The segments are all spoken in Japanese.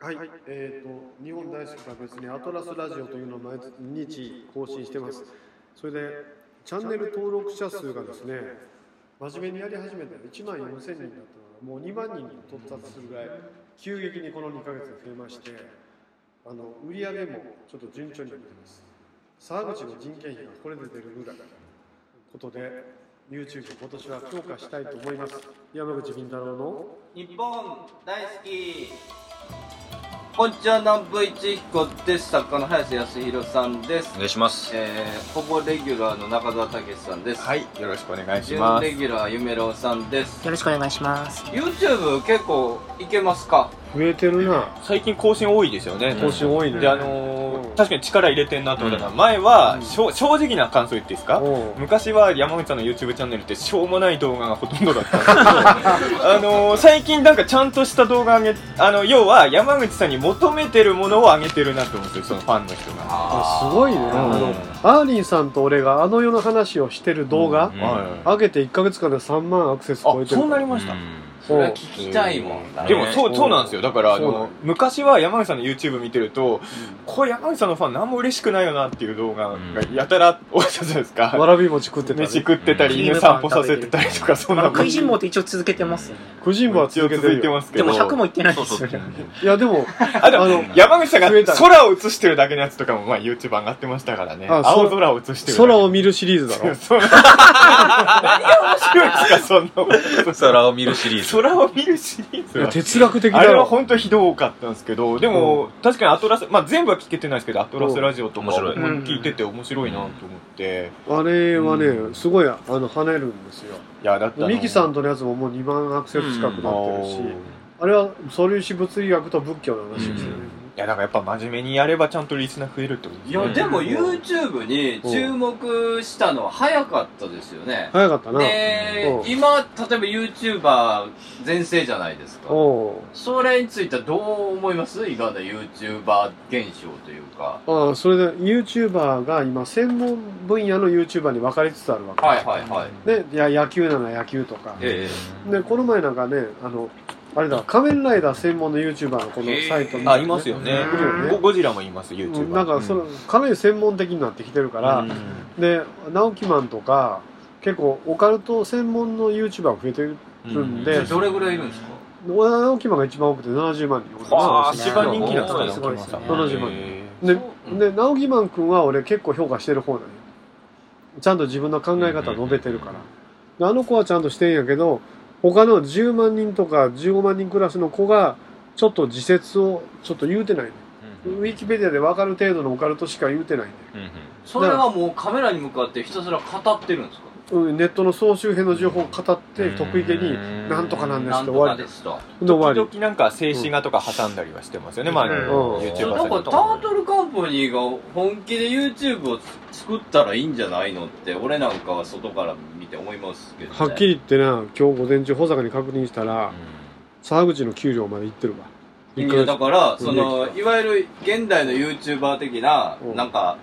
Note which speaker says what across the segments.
Speaker 1: はい、えー、と日本大好きが別にアトラスラジオというのを毎日更新してますそれでチャンネル登録者数がですね真面目にやり始めたら1万4000人だったのがもう2万人に到達するぐらい急激にこの2ヶ月で増えましてあの売り上げもちょっと順調になってます沢口の人件費がこれで出るぐらいのことで YouTube を今年は強化したいと思います山口敏太郎の
Speaker 2: 日本大好きこんにちは南部一彦です作家の早瀬康弘さんです
Speaker 3: お、願いします。
Speaker 2: えー、ほぼレギュラーの中澤武さんです
Speaker 3: はい、よろしくお願いし
Speaker 2: 準
Speaker 3: ます。
Speaker 2: レギュラーゆめろうさんです
Speaker 4: よろしくお願いします。
Speaker 2: YouTube 結構いけますか
Speaker 1: 増えてるな
Speaker 5: 最近更新多いですよね。
Speaker 1: 更新多いね
Speaker 5: で、あのー
Speaker 1: うん
Speaker 5: 確かに力入れてんなと思ったのは、前は、しょ正直な感想言っていいですか、
Speaker 1: おう
Speaker 5: 昔は山口さんの YouTube チャンネルってしょうもない動画がほとんどだったんですけ ど、あのー最近なんかちゃんとした動画上げ、あの、要は山口さんに求めてるものを上げてるなと思うんですよ、そのファンの人が。
Speaker 1: あすごいね、
Speaker 5: ん
Speaker 1: あのアーリンさんと俺があの世の話をしてる動画、
Speaker 3: うん
Speaker 5: は
Speaker 1: 上げて1ヶ月間で3万アクセス
Speaker 5: い。あ
Speaker 1: 超え、てる
Speaker 5: そうなり
Speaker 3: う
Speaker 5: ま
Speaker 3: ん
Speaker 5: した。
Speaker 2: それは聞きたいもんだね
Speaker 5: でもそう、そうなんですよ。だから、あ
Speaker 1: そうなの
Speaker 5: の、昔は山口さんの YouTube 見てると、これ山口さんのファン何も嬉しくないよなっていう動画がやたら多いじゃないですか。
Speaker 1: わらび餅食ってた、ね、
Speaker 5: 飯食ってた
Speaker 4: うん
Speaker 5: り、犬散歩させてたりとか、そんなの
Speaker 4: 食いしん坊って一応続けてますよね。
Speaker 1: くじんぼは
Speaker 5: 一
Speaker 1: 続
Speaker 5: 応
Speaker 1: けて
Speaker 5: 続い
Speaker 1: る
Speaker 5: て
Speaker 1: よ
Speaker 5: ますけ
Speaker 4: で
Speaker 5: ど。
Speaker 4: も100もいってない
Speaker 3: そ
Speaker 4: で
Speaker 3: う
Speaker 4: す
Speaker 3: そ
Speaker 4: よ
Speaker 3: うそう
Speaker 4: ね。。
Speaker 1: いやで も
Speaker 5: あ、で
Speaker 1: あの
Speaker 5: も、山口さんが
Speaker 1: 増えた
Speaker 5: 空を映してるだけのやつとかも、まあ YouTube 上がってましたからね。
Speaker 1: あ
Speaker 5: 青空を映してる。
Speaker 1: 空を見
Speaker 5: る。
Speaker 1: るシリーズだろ
Speaker 5: そう 何が面白いんですか、そんなこと。
Speaker 3: 空を見るシリーズ。
Speaker 5: 空を見るシリーズ
Speaker 1: いや
Speaker 5: は。
Speaker 1: 哲学的
Speaker 5: あ
Speaker 1: だ
Speaker 5: れは
Speaker 1: ろ
Speaker 5: 本当ひどかったんですけど、でも、確かにアトラス、まあ全部は聞けてないですけど、アトラスラジオとか
Speaker 3: 面白い
Speaker 5: うん聞いてて面白いなと思って。
Speaker 1: あれはね、
Speaker 5: う
Speaker 1: すごいあの跳ねるんですよ
Speaker 5: いや、だってあの。
Speaker 1: ミキさんとのやつももう2万アクセス近くなってるし、
Speaker 5: うん
Speaker 1: あれは素粒子物理学と仏教の話ですよね、
Speaker 5: いや、だからやっぱ真面目にやればちゃんとリスナー増えるってことです
Speaker 2: い
Speaker 5: ね
Speaker 2: やでも YouTube に注目したのは早かったですよね
Speaker 1: 早かったな、
Speaker 2: で
Speaker 1: うん
Speaker 2: 今例えば YouTuber 全盛じゃないですか
Speaker 1: おう
Speaker 2: それについてはどう思います今の YouTuber 現象というか
Speaker 1: ああそれで YouTuber が今専門分野の YouTuber に分かりつつあるわけ、
Speaker 2: はいはいはい
Speaker 1: ねいや野球なら野球とか、
Speaker 2: え
Speaker 1: でこの前なんかねあのあれだ仮面ライダー専門の YouTuber のこのサイトに、
Speaker 5: あ、いますよね
Speaker 1: いるよね。
Speaker 5: ゴゴジラもいます、
Speaker 1: う
Speaker 5: YouTube。
Speaker 1: んなんかその、かなり専門的になってきてるから、
Speaker 5: うん
Speaker 1: で直木マンとか結構オカルト専門の YouTuber が増えてるるんで
Speaker 2: えどれぐらいいるんですか
Speaker 1: 直木マンが一番多くて70万人
Speaker 5: ああ、
Speaker 4: そう
Speaker 5: 一
Speaker 4: ですね
Speaker 5: 番人気なんです
Speaker 4: そう
Speaker 5: ね、
Speaker 4: ですね
Speaker 5: 沖縄さん
Speaker 1: そうですね
Speaker 5: へ
Speaker 1: で
Speaker 2: うん
Speaker 1: で直木マン君は俺結構評価してる方なんよちゃんと自分の考え方を述べてるから、であの子はちゃんとしてんやけど他の10万人とか15万人クラスの子がちょっと自説をちょっと言うてないねウィキペディアで分かる程度のオカルトしか言うてないね
Speaker 2: それはもうカメラに向かってひたすら語ってるんですか
Speaker 1: うんネットの総集編の情報を語って得意げに「なんとかなんです」
Speaker 2: な
Speaker 1: っ
Speaker 2: ん
Speaker 1: て
Speaker 2: と
Speaker 1: 終わ
Speaker 2: か
Speaker 1: り
Speaker 2: で
Speaker 1: です
Speaker 2: と
Speaker 1: で
Speaker 5: 時
Speaker 1: 終わ
Speaker 5: 々なんか静止画とか挟んだりはしてますよね、まあ、
Speaker 3: うん
Speaker 2: そ
Speaker 5: YouTuber
Speaker 2: う
Speaker 5: さ
Speaker 2: だ
Speaker 5: ん
Speaker 2: からタ
Speaker 5: とか
Speaker 2: ートルカンパニーが本気で YouTube を作ったらいいんじゃないのって俺なんかは外から見て思いますけど、
Speaker 1: り
Speaker 2: ね、
Speaker 1: はっきり言ってな今日午前中保坂に確認したら沢口の給料まで行ってるわ
Speaker 2: い
Speaker 1: 一ヶ
Speaker 2: やだ
Speaker 1: 月
Speaker 2: から
Speaker 1: うん
Speaker 2: そのいわゆる現代の YouTuber 的な
Speaker 1: うん
Speaker 2: なんか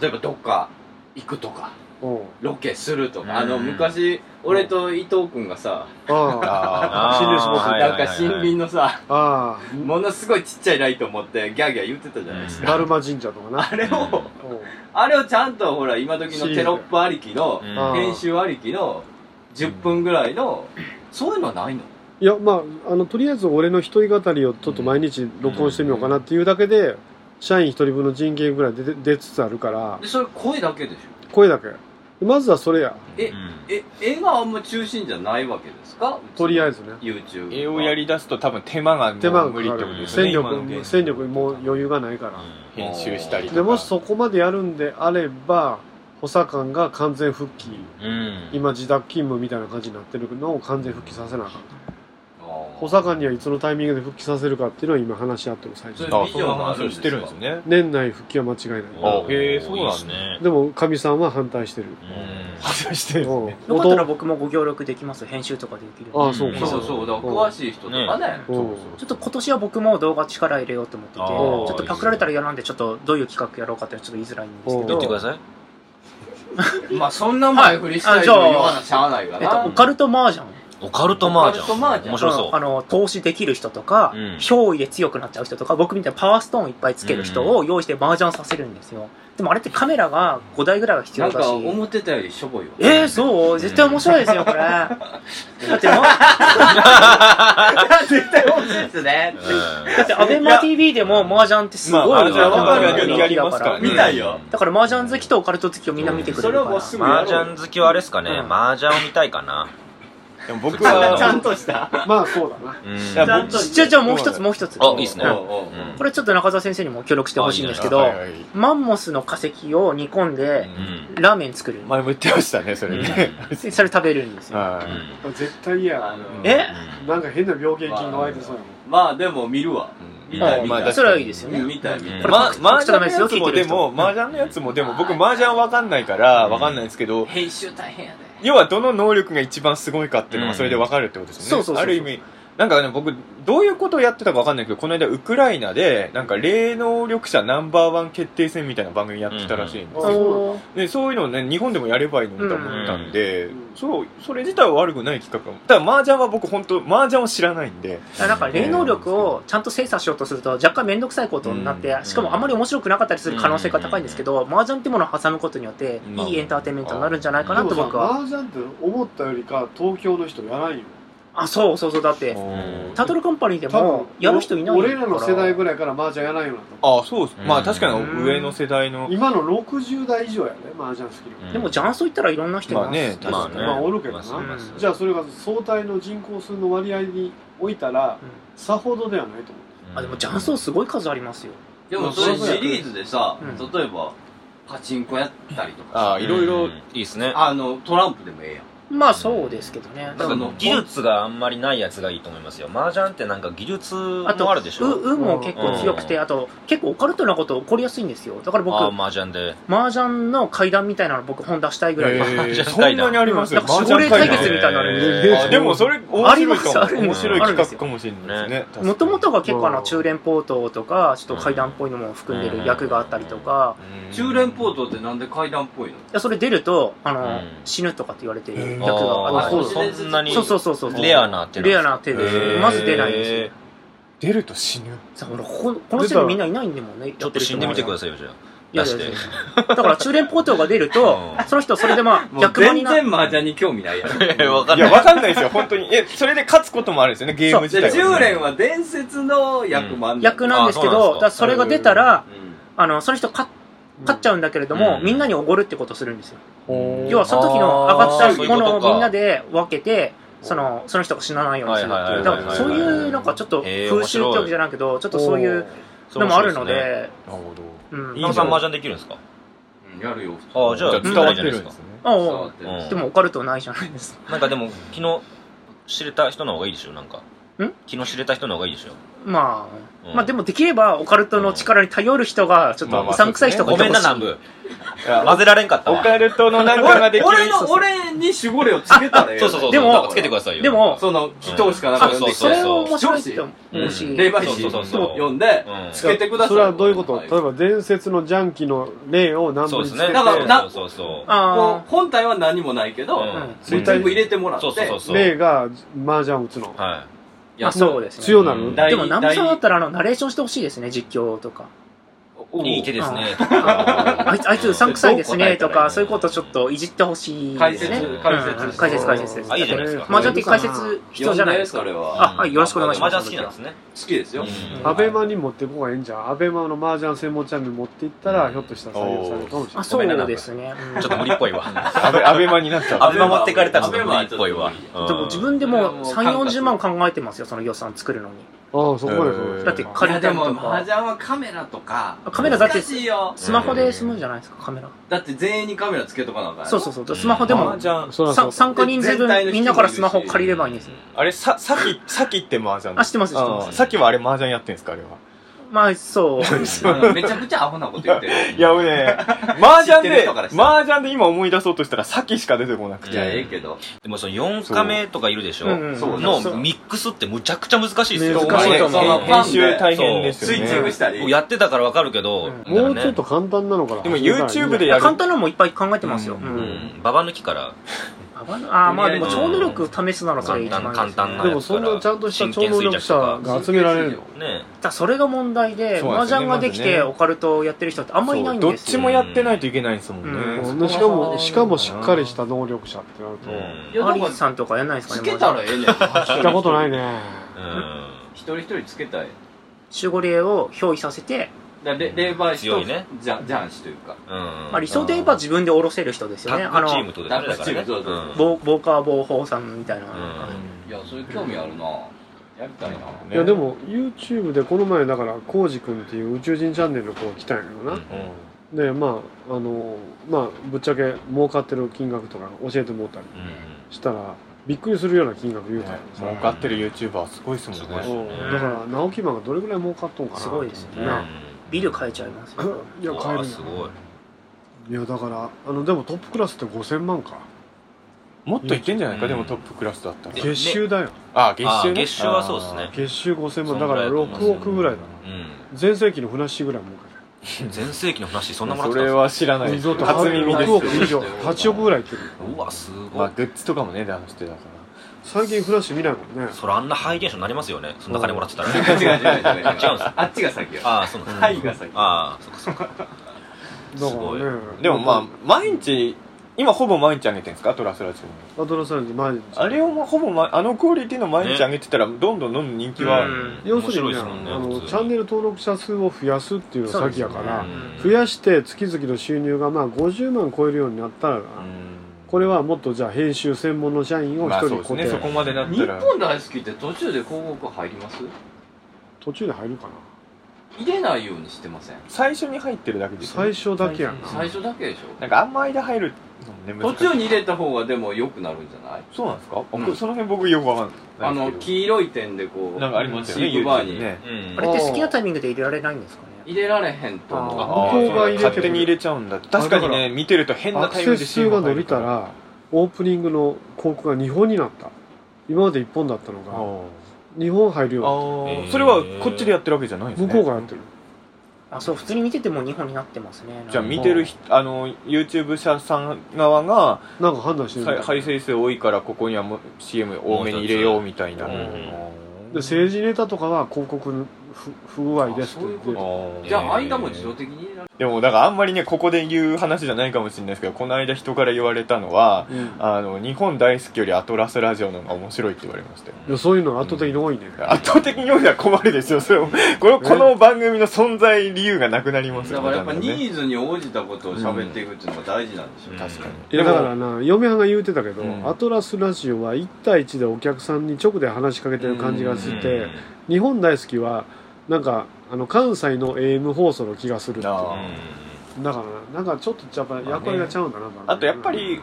Speaker 2: 例えばどっか行くとか
Speaker 1: うん
Speaker 2: ロケすると
Speaker 3: うん
Speaker 2: かあの昔俺と伊藤君がさ
Speaker 1: あ
Speaker 5: あ
Speaker 1: 侵入します
Speaker 3: はい
Speaker 2: なんか森林のさ
Speaker 1: ああ
Speaker 2: ものすごいちっちゃいライト持ってギャーギャー言ってたじゃないです
Speaker 1: あ
Speaker 2: か
Speaker 1: ダルマ神社とかな
Speaker 2: あれを
Speaker 1: うん
Speaker 2: あれをちゃんとほら今時のテロップありきの
Speaker 3: うん
Speaker 1: あー
Speaker 2: 編集ありきの10分ぐらいのそういうのはないの
Speaker 1: いやまああのとりあえず俺の一人語りをちょっと毎日録音してみようかなっていうだけで社員一人分の人件ぐらい出て出つつあるから
Speaker 2: でそれ声だけでしょ
Speaker 1: 声だけまずはそれや
Speaker 2: え絵があんま中心じゃないわけですか
Speaker 1: とりあ
Speaker 2: え
Speaker 1: えずね
Speaker 2: ず YouTube は
Speaker 5: 絵をやり出すと多分手間がもう
Speaker 1: 手間が
Speaker 5: 無
Speaker 1: か
Speaker 5: 理っ
Speaker 1: か
Speaker 5: てことで
Speaker 1: る
Speaker 5: すよね。
Speaker 1: 戦
Speaker 5: 今の現
Speaker 1: 力
Speaker 5: 状
Speaker 1: 戦力にもう余裕がないから
Speaker 5: 編集したりとか。
Speaker 1: でもしそこまでやるんであれば補佐官が完全復帰今自宅勤務みたいな感じになってるのを完全復帰させなあかん補佐官にはいつのタイミングで復帰させるかっていうのは今話し合ってる最中
Speaker 2: そう
Speaker 5: あ、そんな話をしてるんですね。
Speaker 1: 年内復帰は間違いない
Speaker 5: あへえそうなんですね
Speaker 1: でもかみさんは反対してる
Speaker 5: 話してるんですね。
Speaker 1: うん
Speaker 4: よかったら僕もご協力できます。編集とかできる。ち
Speaker 1: あ
Speaker 4: ょ
Speaker 1: あそうか
Speaker 2: そうそうだから詳しい人とかね
Speaker 1: うん
Speaker 4: っと今年は僕も動画力入れようと思ってて、ち
Speaker 3: あー
Speaker 4: ょっとパクられたら嫌なんで、ちょっとどういう企画やろうかってちょっと言いづらいんですけ
Speaker 1: お
Speaker 3: 言
Speaker 1: う
Speaker 3: ってく
Speaker 4: ど、
Speaker 3: ださい。
Speaker 2: まあそんな前振りしたいと言わなしゃあないか
Speaker 4: えっと、
Speaker 2: ら
Speaker 4: オカルト麻雀
Speaker 3: オカルト麻
Speaker 2: オカルト
Speaker 3: 雀。
Speaker 2: 麻雀
Speaker 3: 面白そう
Speaker 4: あ。の、投資できる人とか、
Speaker 3: うん
Speaker 4: 憑依で強くなっちゃう人とか、僕みたいなパワーストーンいっぱいつける人を用意して麻雀させるんですよ。でもあれってカメラが5台ぐらいが必
Speaker 2: な
Speaker 4: 要
Speaker 2: ん
Speaker 4: だし
Speaker 2: か。思ってたよりしょぼいわ。
Speaker 4: えー、そう絶対面白いですよ、これ。だって、ま
Speaker 2: 絶対面白いですね。
Speaker 4: だって、アベマ TV でも麻雀ってすごい
Speaker 5: まあ麻
Speaker 3: 雀は
Speaker 4: なんか
Speaker 3: わかる
Speaker 5: やりますから
Speaker 3: うん
Speaker 5: ね
Speaker 2: 見たいよ。
Speaker 4: だから麻雀好きとオカルト好きをみんな見てくれるか
Speaker 5: それ
Speaker 4: ら。
Speaker 5: はもうすぐ
Speaker 6: 麻雀好きはあれですかね、
Speaker 4: うん
Speaker 6: 麻雀を見たいかな。
Speaker 5: でも僕
Speaker 6: あ
Speaker 5: は
Speaker 6: の
Speaker 2: ちゃんとした。
Speaker 1: まあそうだな。
Speaker 6: うん。
Speaker 5: いや
Speaker 2: ちゃんと
Speaker 5: 僕
Speaker 2: し
Speaker 4: じゃあ、じゃあもう一つ、もう一つ。
Speaker 6: あ、いいですね。
Speaker 2: おう
Speaker 6: う。
Speaker 2: おうおうん
Speaker 4: これちょっと中澤先生にも協力してほしいんですけど、
Speaker 5: はいはい
Speaker 4: マンモスの化石を煮込んで、
Speaker 6: うん。
Speaker 4: ラーメン作る。
Speaker 5: 前も言ってましたね、それね。
Speaker 4: でそれ食べるんですよ。
Speaker 5: は
Speaker 6: う
Speaker 5: い
Speaker 6: ん
Speaker 1: 絶対嫌
Speaker 2: あ
Speaker 1: や。
Speaker 2: の
Speaker 4: え
Speaker 1: なんか変な病気にわれてそうやもん。
Speaker 2: まあでも見るわ。見たい見
Speaker 5: まあ
Speaker 2: たい
Speaker 5: 確。
Speaker 4: それはいいですよね。
Speaker 2: 見たい見たい。
Speaker 6: これ
Speaker 5: ま、麻
Speaker 4: ちょ
Speaker 5: 雀
Speaker 4: っとダメ
Speaker 5: の
Speaker 4: ですよ
Speaker 5: やつもでも
Speaker 4: 聞い、てる人
Speaker 5: 麻雀のやつもでも、僕麻雀わかんないから、わかんないんですけど、
Speaker 2: 編集大変やで。
Speaker 5: 要はどの能力が一番すごいかっていうの
Speaker 6: う
Speaker 5: が
Speaker 6: ん
Speaker 5: それでわかるってことです
Speaker 4: そ
Speaker 5: よ
Speaker 4: うそうそ
Speaker 5: ね。あ
Speaker 4: うそう
Speaker 5: る意味、なんかね、僕、どういうことをやってたかわかんないけど、この間ウクライナで、なんか霊能力者ナンバーワン決定戦みたいな番組やってたらしいんです
Speaker 1: うんうん
Speaker 5: よ。
Speaker 4: おー
Speaker 5: で、そういうのをね、日本でもやればいいのにと思ったんで
Speaker 1: うん、
Speaker 5: そう、それ自体は悪くない企画かも。ただ麻雀は僕本当麻雀を知らないんで、
Speaker 4: だからなんか霊能力をちゃんと精査しようとすると若干面倒くさいことになって、
Speaker 5: うん
Speaker 4: しかもあまり面白くなかったりする可能性が高いんですけど、麻雀ってものを挟むことによって
Speaker 5: まあ
Speaker 4: いいエンターテインメントになるんじゃないかなと
Speaker 1: でも
Speaker 4: 僕
Speaker 1: さ、
Speaker 4: は
Speaker 1: 麻雀って思ったよりか東京の人やらんよ。
Speaker 4: あそうそうそうだって
Speaker 5: うん
Speaker 4: タトルカンパニーでもやる人いない
Speaker 1: 俺らの世代ぐらいから麻雀やらんようになった。
Speaker 5: ああ、そうです。ま
Speaker 6: う
Speaker 5: あ
Speaker 6: ん
Speaker 5: 確かに上の世代の、
Speaker 1: 今の60代以上やね、麻雀好き
Speaker 6: う
Speaker 1: な。
Speaker 6: ん
Speaker 4: でも雀荘行ったらいろんな人います、
Speaker 5: まあね
Speaker 6: まあね。
Speaker 1: まあおるけどな
Speaker 6: まあまあそう
Speaker 1: じゃあそれが相対の人口数の割合に置いたら、さほどではないと思う。
Speaker 6: うん
Speaker 4: あでも雀荘すごい数ありますよ
Speaker 2: でもそれシリーズでさ、
Speaker 4: うん
Speaker 2: 例えば、パチンコやったりとか
Speaker 5: あ
Speaker 2: さ
Speaker 5: あ、いろいろ
Speaker 6: うん、いいですね。
Speaker 2: あの、トランプでもええやん。
Speaker 4: まあそうですけどね
Speaker 2: だからの
Speaker 6: 技術があんまりないやつがいいと思いますよ。麻雀ってなんか技術も
Speaker 4: あと
Speaker 6: あるでしょ。
Speaker 4: う運も結構強くて、
Speaker 6: うん
Speaker 4: あと結構オカルトなこと起こりやすいんですよだから僕
Speaker 6: ああ、麻雀で。
Speaker 4: 麻雀の階段みたいなの僕本出したいぐらい、
Speaker 5: えー
Speaker 6: 雀
Speaker 5: そんなにあります
Speaker 4: なんか守護霊対決みたいなのあるんですよ
Speaker 5: えーあでもそれ面
Speaker 4: あり
Speaker 5: 白
Speaker 4: ま
Speaker 5: い
Speaker 4: す
Speaker 5: か
Speaker 4: あるん
Speaker 5: も
Speaker 4: です
Speaker 5: 面白い
Speaker 4: ある
Speaker 5: 企
Speaker 4: んで
Speaker 5: 画
Speaker 4: すよ
Speaker 5: かもしれないですね
Speaker 4: もともとが結構あ
Speaker 1: う
Speaker 4: の
Speaker 1: ん
Speaker 4: 中連ポートとかちょっと階段っぽいのも含んでる役があったりとか、
Speaker 2: 中連ポートってなんで階段っぽいの
Speaker 4: いやそれ出るとあの、
Speaker 6: うん
Speaker 4: 死ぬとかって言われてる
Speaker 1: うん
Speaker 4: 役があ
Speaker 6: あ
Speaker 4: っ
Speaker 6: あ
Speaker 4: たり
Speaker 6: そ
Speaker 4: とか、
Speaker 2: そう
Speaker 6: そんなに
Speaker 4: そうそうそうそう
Speaker 6: レアな手なんです
Speaker 4: レ
Speaker 6: か
Speaker 4: アな手で
Speaker 6: へ
Speaker 4: す
Speaker 6: ー
Speaker 4: まず出ないんですよ
Speaker 5: 出ると死ぬ
Speaker 4: さほらこここの世にみんないないんでもんね
Speaker 6: ちょっと死んでみてくださ
Speaker 4: さ
Speaker 6: いよ、じゃあ。
Speaker 4: いや
Speaker 6: 出
Speaker 4: いや
Speaker 6: し
Speaker 4: いや
Speaker 6: て。
Speaker 4: だから中連ポートが出ると
Speaker 6: うん
Speaker 4: その人それでまあ
Speaker 2: もう
Speaker 4: 逆魔に
Speaker 2: 全
Speaker 4: な
Speaker 2: 然麻雀に興味ないやん。
Speaker 6: え、わかん
Speaker 5: い
Speaker 6: な
Speaker 5: や
Speaker 6: い。
Speaker 5: わかんないですよ本当にえそれで勝つこともあるんですよねゲーム自
Speaker 2: で、
Speaker 5: 体
Speaker 2: 10
Speaker 5: は
Speaker 2: 連は伝説の役もあんねん
Speaker 4: 役なんですけ
Speaker 6: あそう
Speaker 4: ど
Speaker 6: なんですか
Speaker 4: だからそれが出たら
Speaker 2: うん
Speaker 4: あのその人勝っ勝っちゃうんだけれども、
Speaker 6: うん
Speaker 4: みんなにおごるってことをするんですよ
Speaker 6: うん
Speaker 4: 要はその時の上が
Speaker 6: あ
Speaker 4: っ
Speaker 6: ーそ
Speaker 4: た
Speaker 6: ういう
Speaker 4: も
Speaker 6: こと
Speaker 4: のを
Speaker 6: か
Speaker 4: みんなで分けてそのその人が死なないようにするって
Speaker 6: はいいうはい
Speaker 4: だ
Speaker 6: はい
Speaker 4: か
Speaker 6: はい
Speaker 4: らそういうなんかちょっと
Speaker 6: へー
Speaker 4: 風習ってわけじゃないけどちょっとそういうのもあるので、
Speaker 5: なるほど
Speaker 4: うん
Speaker 6: 飯野さん麻雀できるんですか
Speaker 2: うんやるよ。
Speaker 6: ああ、じゃあ、
Speaker 5: じゃあ
Speaker 6: 伝
Speaker 5: 伝
Speaker 6: わ
Speaker 5: わっ
Speaker 6: いじ
Speaker 5: て
Speaker 6: ゃない
Speaker 5: る
Speaker 6: ですか
Speaker 5: んです。ね
Speaker 4: あ
Speaker 2: 触っ
Speaker 4: あ
Speaker 2: てる
Speaker 6: うん
Speaker 4: でもオカルトないじゃないですか
Speaker 6: なんかでも、昨日知れた人の方がいいでしょ、なんか。
Speaker 4: ん
Speaker 6: 昨日知れた人の方がいいでしょ。
Speaker 4: まあ、
Speaker 6: うん
Speaker 4: まあでもできればオカルトの力に頼る人がちょっ
Speaker 5: まあ
Speaker 4: と
Speaker 5: まあ
Speaker 4: うさんくさい人が
Speaker 6: ご
Speaker 4: いて
Speaker 6: めん
Speaker 4: ほ
Speaker 6: な、
Speaker 4: しい、
Speaker 6: 南部。
Speaker 5: いや
Speaker 6: 混ぜられんかった
Speaker 5: オ
Speaker 6: わ。
Speaker 5: カルトのなんかができる
Speaker 2: 俺の、俺に守護霊をつけたらええ
Speaker 6: そ
Speaker 2: よ
Speaker 6: うそうそう。
Speaker 4: でも
Speaker 6: なんかつけてくださいよ。
Speaker 4: でも
Speaker 2: その、祈祷しかなかったん
Speaker 6: そう
Speaker 2: で、
Speaker 6: そう
Speaker 4: それを面白いと思うし、
Speaker 6: うん
Speaker 2: 霊媒師
Speaker 6: そうそうそう
Speaker 2: 読んで
Speaker 6: う、ん。
Speaker 2: つけてください。
Speaker 1: それはどういうこと
Speaker 2: はい
Speaker 1: 例えば伝説のジャンキの例を何
Speaker 6: そう
Speaker 1: 本に
Speaker 6: です
Speaker 1: つけ
Speaker 6: ね。
Speaker 1: て、
Speaker 2: だから
Speaker 6: そうそうそうそ
Speaker 2: こ
Speaker 6: う。
Speaker 4: あ
Speaker 2: う本体は何もないけど、
Speaker 6: うん
Speaker 4: うん
Speaker 2: 全部入れてもらって、
Speaker 6: そうそうそうそう。
Speaker 1: 例が麻雀打つの。
Speaker 6: は
Speaker 4: ああそうですね
Speaker 1: 強なる、
Speaker 6: うん
Speaker 2: 第
Speaker 4: でも南部さんだったらあのナレーションしてほしいですね実況とか
Speaker 2: お
Speaker 6: い。いい手ですね。
Speaker 4: あいつあいつうさんくさいですねとかそういうことちょっ。といじってほしい
Speaker 2: 解
Speaker 4: です
Speaker 2: 説、
Speaker 4: ね
Speaker 2: 解
Speaker 4: うんうん
Speaker 2: 説。
Speaker 4: 解説解説です
Speaker 6: あいいじゃないですか
Speaker 4: 麻雀って解説人じゃないですか
Speaker 2: 呼んでそれは。
Speaker 4: あはいよろしくお願いします
Speaker 6: 麻雀好きなんですね。
Speaker 2: 好きですよ。
Speaker 6: うん
Speaker 1: アベマに持ってこがええんじゃん。アベマの麻雀専門チャンネル持っていったら、ひょっとしたら採用されるかもしれ
Speaker 4: あ
Speaker 1: ない。
Speaker 4: そうですね、うん
Speaker 6: ちょっと無理っぽいわ。
Speaker 5: アベアベマになっちゃう
Speaker 6: アベマ持ってかれたらちょっと無理っぽいわ。うん
Speaker 4: でも自分でもう3、40万考えてますよ、その予算作るのに。
Speaker 1: ああ、そこまでそう
Speaker 5: うん
Speaker 4: だって
Speaker 2: い
Speaker 4: 借
Speaker 2: や
Speaker 4: り
Speaker 2: で
Speaker 4: たり
Speaker 2: も
Speaker 4: と
Speaker 2: 麻
Speaker 4: か。
Speaker 2: 雀はカメラとか
Speaker 4: あカメラだって
Speaker 2: 難しいよ
Speaker 4: スマホで済むんじゃないですか、カメラ。
Speaker 2: だって全員にカメラつけとかなんかんやろ
Speaker 4: そうそうそう。スマホでも
Speaker 5: 麻、雀
Speaker 1: そら
Speaker 4: さ
Speaker 1: そう
Speaker 4: 参加人
Speaker 2: 全
Speaker 4: 数
Speaker 2: 体の
Speaker 4: 分、
Speaker 2: 人
Speaker 4: みんなからスマホ借りればいいんですよ。
Speaker 5: あれささきさきって麻雀
Speaker 4: あ、知ってます、知ってま
Speaker 5: あ
Speaker 4: す。
Speaker 5: さきはあれ麻雀やってんですかあれは
Speaker 4: まあ、そう。
Speaker 2: あのめちゃくちゃアホなこと言ってる
Speaker 5: いや俺ね麻雀
Speaker 2: 知ってる
Speaker 5: で
Speaker 2: 人からしたら
Speaker 5: 麻雀で今思い出そうとしたらさきしか出てこなく
Speaker 2: いやええ
Speaker 5: て
Speaker 2: けど
Speaker 6: でもその4カメとかいるでしょ
Speaker 4: うんうん
Speaker 2: そう
Speaker 6: のミックスってむちゃくちゃ難しいですよ。
Speaker 1: 難しいと思う
Speaker 6: お
Speaker 2: そう
Speaker 6: 前
Speaker 5: 編集大変です
Speaker 2: ス
Speaker 5: よ
Speaker 2: イ
Speaker 5: ね
Speaker 2: ッチングしたり
Speaker 6: 僕やってたからわかるけど、
Speaker 4: うん
Speaker 6: だ
Speaker 1: も
Speaker 6: から
Speaker 1: う
Speaker 6: ね
Speaker 1: ちょっと簡単なのから。
Speaker 5: でも YouTube でやる
Speaker 4: 簡単なのもいっぱい考えてますよ。
Speaker 5: う
Speaker 4: うんん
Speaker 6: うん、ババ抜きから、
Speaker 4: 幅のああまあ
Speaker 2: と
Speaker 4: で
Speaker 2: りあえ
Speaker 4: も
Speaker 2: ず
Speaker 4: 超能力試すならそれ一番いいですね
Speaker 6: 簡単簡単な
Speaker 1: でもそんなちゃんとした超能力者が集められるの
Speaker 6: ね
Speaker 4: だからそれが問題で
Speaker 5: そうなんで
Speaker 4: 麻
Speaker 5: すよね
Speaker 4: 雀ができ
Speaker 5: まず
Speaker 4: て
Speaker 5: ね
Speaker 4: オカルトをやってる人ってあんまりいないん
Speaker 5: どっ
Speaker 4: です
Speaker 5: ち
Speaker 4: よ
Speaker 5: もやってないといけないんですもんね、
Speaker 4: う
Speaker 1: しかもしかもしっかりした能力者ってなると、
Speaker 6: うん
Speaker 2: いや
Speaker 4: ア
Speaker 2: だ
Speaker 4: リ
Speaker 2: か
Speaker 4: ス
Speaker 2: ら
Speaker 4: さんとかやんないですかね
Speaker 2: つけた
Speaker 4: 麻
Speaker 2: ら
Speaker 4: 雀
Speaker 2: ええねん聞
Speaker 1: 聞いたことないね
Speaker 6: うん
Speaker 2: 一人一人つけたい
Speaker 4: 守護霊を憑依させて、
Speaker 2: だからレレーバー
Speaker 6: 強いね
Speaker 2: じゃじゃんしというか
Speaker 6: うん
Speaker 4: まあ、理想で言えば自分で下ろせる人です
Speaker 6: タ
Speaker 4: よね
Speaker 6: ッ
Speaker 4: あ
Speaker 6: グ
Speaker 4: の
Speaker 6: チームってことですねだから
Speaker 2: タッグ
Speaker 6: ね
Speaker 2: チームそうそうそう
Speaker 6: うん
Speaker 4: ボボーカーボーホーさんみたいな、
Speaker 2: いやそれ興味あるなやりたいな
Speaker 1: うんいやで、も YouTube でこの前だからコウジ君っていう宇宙人チャンネルの子が来たんやけどな、
Speaker 5: うん
Speaker 1: でまああのまあぶっちゃけ儲かってる金額とか教えてもらったり
Speaker 6: うん
Speaker 1: したらびっくりするような金額言うたん
Speaker 5: ね
Speaker 1: やん
Speaker 5: 儲かってる YouTuber すごいですもんね
Speaker 6: すごいっす
Speaker 1: う
Speaker 6: ね
Speaker 1: んだから直木マンがどれぐらい儲かっとんかな
Speaker 4: すごいですよね
Speaker 6: うん
Speaker 1: な
Speaker 4: ビル変えちゃいますよ
Speaker 1: いや
Speaker 6: うわ
Speaker 1: 買える
Speaker 6: すごい
Speaker 1: いやだからあのでもトップクラスって5000万か
Speaker 5: もっといってんじゃないか、
Speaker 6: うん
Speaker 5: でもトップクラスだったら
Speaker 6: で
Speaker 1: 月収だよ
Speaker 5: あ月
Speaker 6: あ
Speaker 5: 収ね
Speaker 6: 月収はそうですね
Speaker 1: 月収5000
Speaker 6: そ
Speaker 1: 万
Speaker 6: ん
Speaker 1: だ
Speaker 6: ぐ
Speaker 1: から
Speaker 6: い
Speaker 1: ら
Speaker 6: だと思います
Speaker 1: 6億ぐらいだ
Speaker 6: うん
Speaker 1: 全盛期のフラッシュぐらい儲か
Speaker 6: 全盛期の話そんなもらっ
Speaker 5: そ
Speaker 6: てたん
Speaker 5: れ
Speaker 6: です
Speaker 5: は知ら
Speaker 1: る
Speaker 5: ないです
Speaker 1: リゾート
Speaker 5: 初耳です
Speaker 1: 6億以上8億ぐらいいってる
Speaker 6: うわす
Speaker 5: ま
Speaker 6: ご
Speaker 5: あ
Speaker 6: い
Speaker 5: グッズとかもね出してたか
Speaker 1: 最近フラッシュ見ないもんね
Speaker 6: それあんなハイテンションになりますよねそんな金もらってたら
Speaker 2: 違う違う違う違う
Speaker 6: あ違うんです
Speaker 2: あっちが先や
Speaker 6: ああそうなん
Speaker 2: は
Speaker 6: だ
Speaker 2: いが先
Speaker 6: ああそっかそっか
Speaker 1: だから
Speaker 5: ら
Speaker 1: ね
Speaker 5: でもまあ毎日今ほぼ毎日あげてるんですかアトラスラジオ
Speaker 1: アドラスランジ毎日
Speaker 5: あれをまあほぼ毎あのクオリティの毎日
Speaker 6: ね
Speaker 5: あげてたらどんどんどんどん人気は、
Speaker 4: うん
Speaker 1: 要
Speaker 6: 面
Speaker 1: する
Speaker 6: 白
Speaker 1: にね
Speaker 6: いです
Speaker 1: あ
Speaker 6: もんね
Speaker 1: の
Speaker 6: 普通に
Speaker 1: チャンネル登録者数を増やすっていうのが先やか
Speaker 4: う
Speaker 1: ら
Speaker 4: ん
Speaker 1: 増やして月々の収入がまあ50万超えるようになったらこれはもっとじゃあ編集専門の社員を
Speaker 5: まあ
Speaker 1: 一
Speaker 5: そう
Speaker 1: 人
Speaker 5: です
Speaker 1: 固定
Speaker 5: ねそこまでなっ
Speaker 2: 日
Speaker 5: たら
Speaker 2: 本大好きって途中で広告入ります
Speaker 1: 途中で入るかな
Speaker 2: 入れないようにしてません
Speaker 5: 最初に入ってるだけですよ
Speaker 1: 最
Speaker 5: ね
Speaker 1: 初だけやな
Speaker 2: 最初だけでし
Speaker 5: なんかあんま間入るのね
Speaker 2: ょ
Speaker 5: 難しい
Speaker 2: 途中に入れた方がでも良くなるんじゃない
Speaker 5: そうなんですか、あ
Speaker 2: うん
Speaker 5: これその辺僕よくわか
Speaker 2: あ
Speaker 5: んない
Speaker 2: の
Speaker 5: ですけ
Speaker 2: 黄色い点でこ
Speaker 5: ど
Speaker 2: う
Speaker 5: なんかありますよね
Speaker 2: シークバーに
Speaker 5: YouTube ね
Speaker 6: うん
Speaker 4: あれって好きなタイミングで入れられないんですかね
Speaker 2: 入れられへんと思う
Speaker 1: あー
Speaker 5: あー
Speaker 1: 向こうが入れてる
Speaker 5: 勝手に入れちゃうんだ確かに
Speaker 1: あだから
Speaker 5: ね見てると変な
Speaker 1: ア
Speaker 5: タ
Speaker 1: ク
Speaker 5: イミング
Speaker 1: セ
Speaker 5: で
Speaker 1: ス
Speaker 5: シー
Speaker 1: 数
Speaker 5: ン
Speaker 1: が
Speaker 5: が
Speaker 1: 伸
Speaker 5: 入
Speaker 1: び
Speaker 5: る
Speaker 1: たらオープニングの広告が2本になった今まで1本だったの
Speaker 5: あ
Speaker 1: が
Speaker 5: ー
Speaker 1: 2本入る
Speaker 5: あ
Speaker 1: よ
Speaker 5: ー
Speaker 6: えー
Speaker 5: それはこっちでやってるわけじゃないん
Speaker 1: う
Speaker 5: で
Speaker 1: に
Speaker 5: す
Speaker 1: な
Speaker 5: ね
Speaker 1: った向こうがやってる
Speaker 4: あそう普通に見てても日本になってますね
Speaker 5: じゃあ見てる人あの YouTube 社さん側が
Speaker 1: なんか判断してるみ
Speaker 5: 再
Speaker 1: たい
Speaker 5: 再生数多いからここにはもう CM 多めに入れようみたいな、
Speaker 6: うん
Speaker 1: で政治ネタとかは広告の不不具合ですって言っ
Speaker 2: あそう
Speaker 1: て
Speaker 2: いう
Speaker 5: あー
Speaker 2: じゃあ間も自動的に入れられ
Speaker 5: でもだからあんまりねここで言う話じゃないかもしれないですけどこの間人から言われたのは
Speaker 1: うん
Speaker 5: あの日本大好きよりアトラスラジオの方が面白いって言われましたよ
Speaker 1: いやそういうのが圧倒的に多いね
Speaker 5: 圧倒的に多いのは困るですよそれもこのこの番組の存在理由がなくなります
Speaker 2: だ
Speaker 5: よ
Speaker 2: からやっぱ
Speaker 5: だん
Speaker 2: ニ
Speaker 5: だんね
Speaker 2: ーズに応じたことを喋っていくっていうのが大事なんでしょ、
Speaker 6: うん
Speaker 5: 確かに
Speaker 1: いやだからな嫁はんが言うてたけど
Speaker 5: うん
Speaker 1: アトラスラジオは1対1でお客さんに直で話しかけてる感じが
Speaker 5: つ
Speaker 1: し
Speaker 5: い
Speaker 1: て日本大好きはなんかあの関西の AM 放送の気がするっていう
Speaker 5: あ
Speaker 6: うん
Speaker 5: ー
Speaker 1: だからななんかちょっとやっぱ役割がちゃうんだな、ま
Speaker 5: あとやっぱり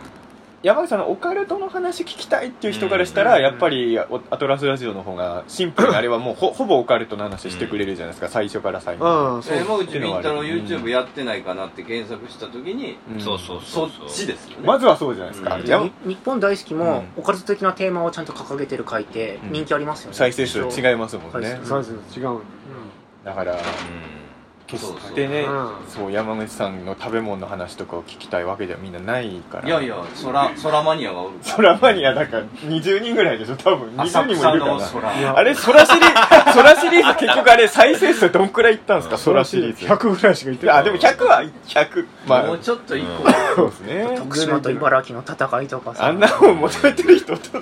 Speaker 5: 山口さんのオカルトの話聞きたいっていう人からしたら、
Speaker 1: うん
Speaker 5: やっぱりおアトラスラジオの方がシンプルにあれはもうほほぼオカルトの話してくれるじゃないですか最初から最後ま
Speaker 1: ああそう
Speaker 2: 山口み太郎 YouTube やってないかなって検索した時に、
Speaker 5: で、うん
Speaker 6: そうそう
Speaker 2: そ
Speaker 6: そ
Speaker 2: っ
Speaker 6: うそう
Speaker 2: ちですよね、
Speaker 5: まずはそうじゃないですか、
Speaker 2: うん
Speaker 5: じゃあ
Speaker 4: に日本大好きも、
Speaker 5: う
Speaker 4: オカルト的なテーマをちゃんと掲げてる回って
Speaker 5: うん
Speaker 4: 人気ありますよね、
Speaker 5: 再生数
Speaker 4: そう
Speaker 5: 違いますもんね
Speaker 4: 再
Speaker 1: サイズ違うん
Speaker 5: だから決してね
Speaker 1: うん
Speaker 5: そう山口さんの食べ物の話とかを聞きたいわけではみんなないから
Speaker 2: いやいや空空マニアがおるから
Speaker 5: 空マニアだから20人ぐらいでしょ多分20
Speaker 2: 浅
Speaker 5: 人も
Speaker 2: 草
Speaker 5: いるか
Speaker 2: の
Speaker 5: な
Speaker 2: 空
Speaker 1: いや
Speaker 5: あれ空シリーズ空シリーズ結局あれ再生数どんくらいいったんですか
Speaker 6: うん
Speaker 5: 空シリーズ
Speaker 1: 100ぐらいしかいってない
Speaker 5: あでも100は100ま
Speaker 2: もう
Speaker 5: あ
Speaker 2: ちょっと一個、
Speaker 6: うん
Speaker 5: そうですね
Speaker 4: 徳島と茨城の戦いとかさ
Speaker 5: あんなのを求めてる人と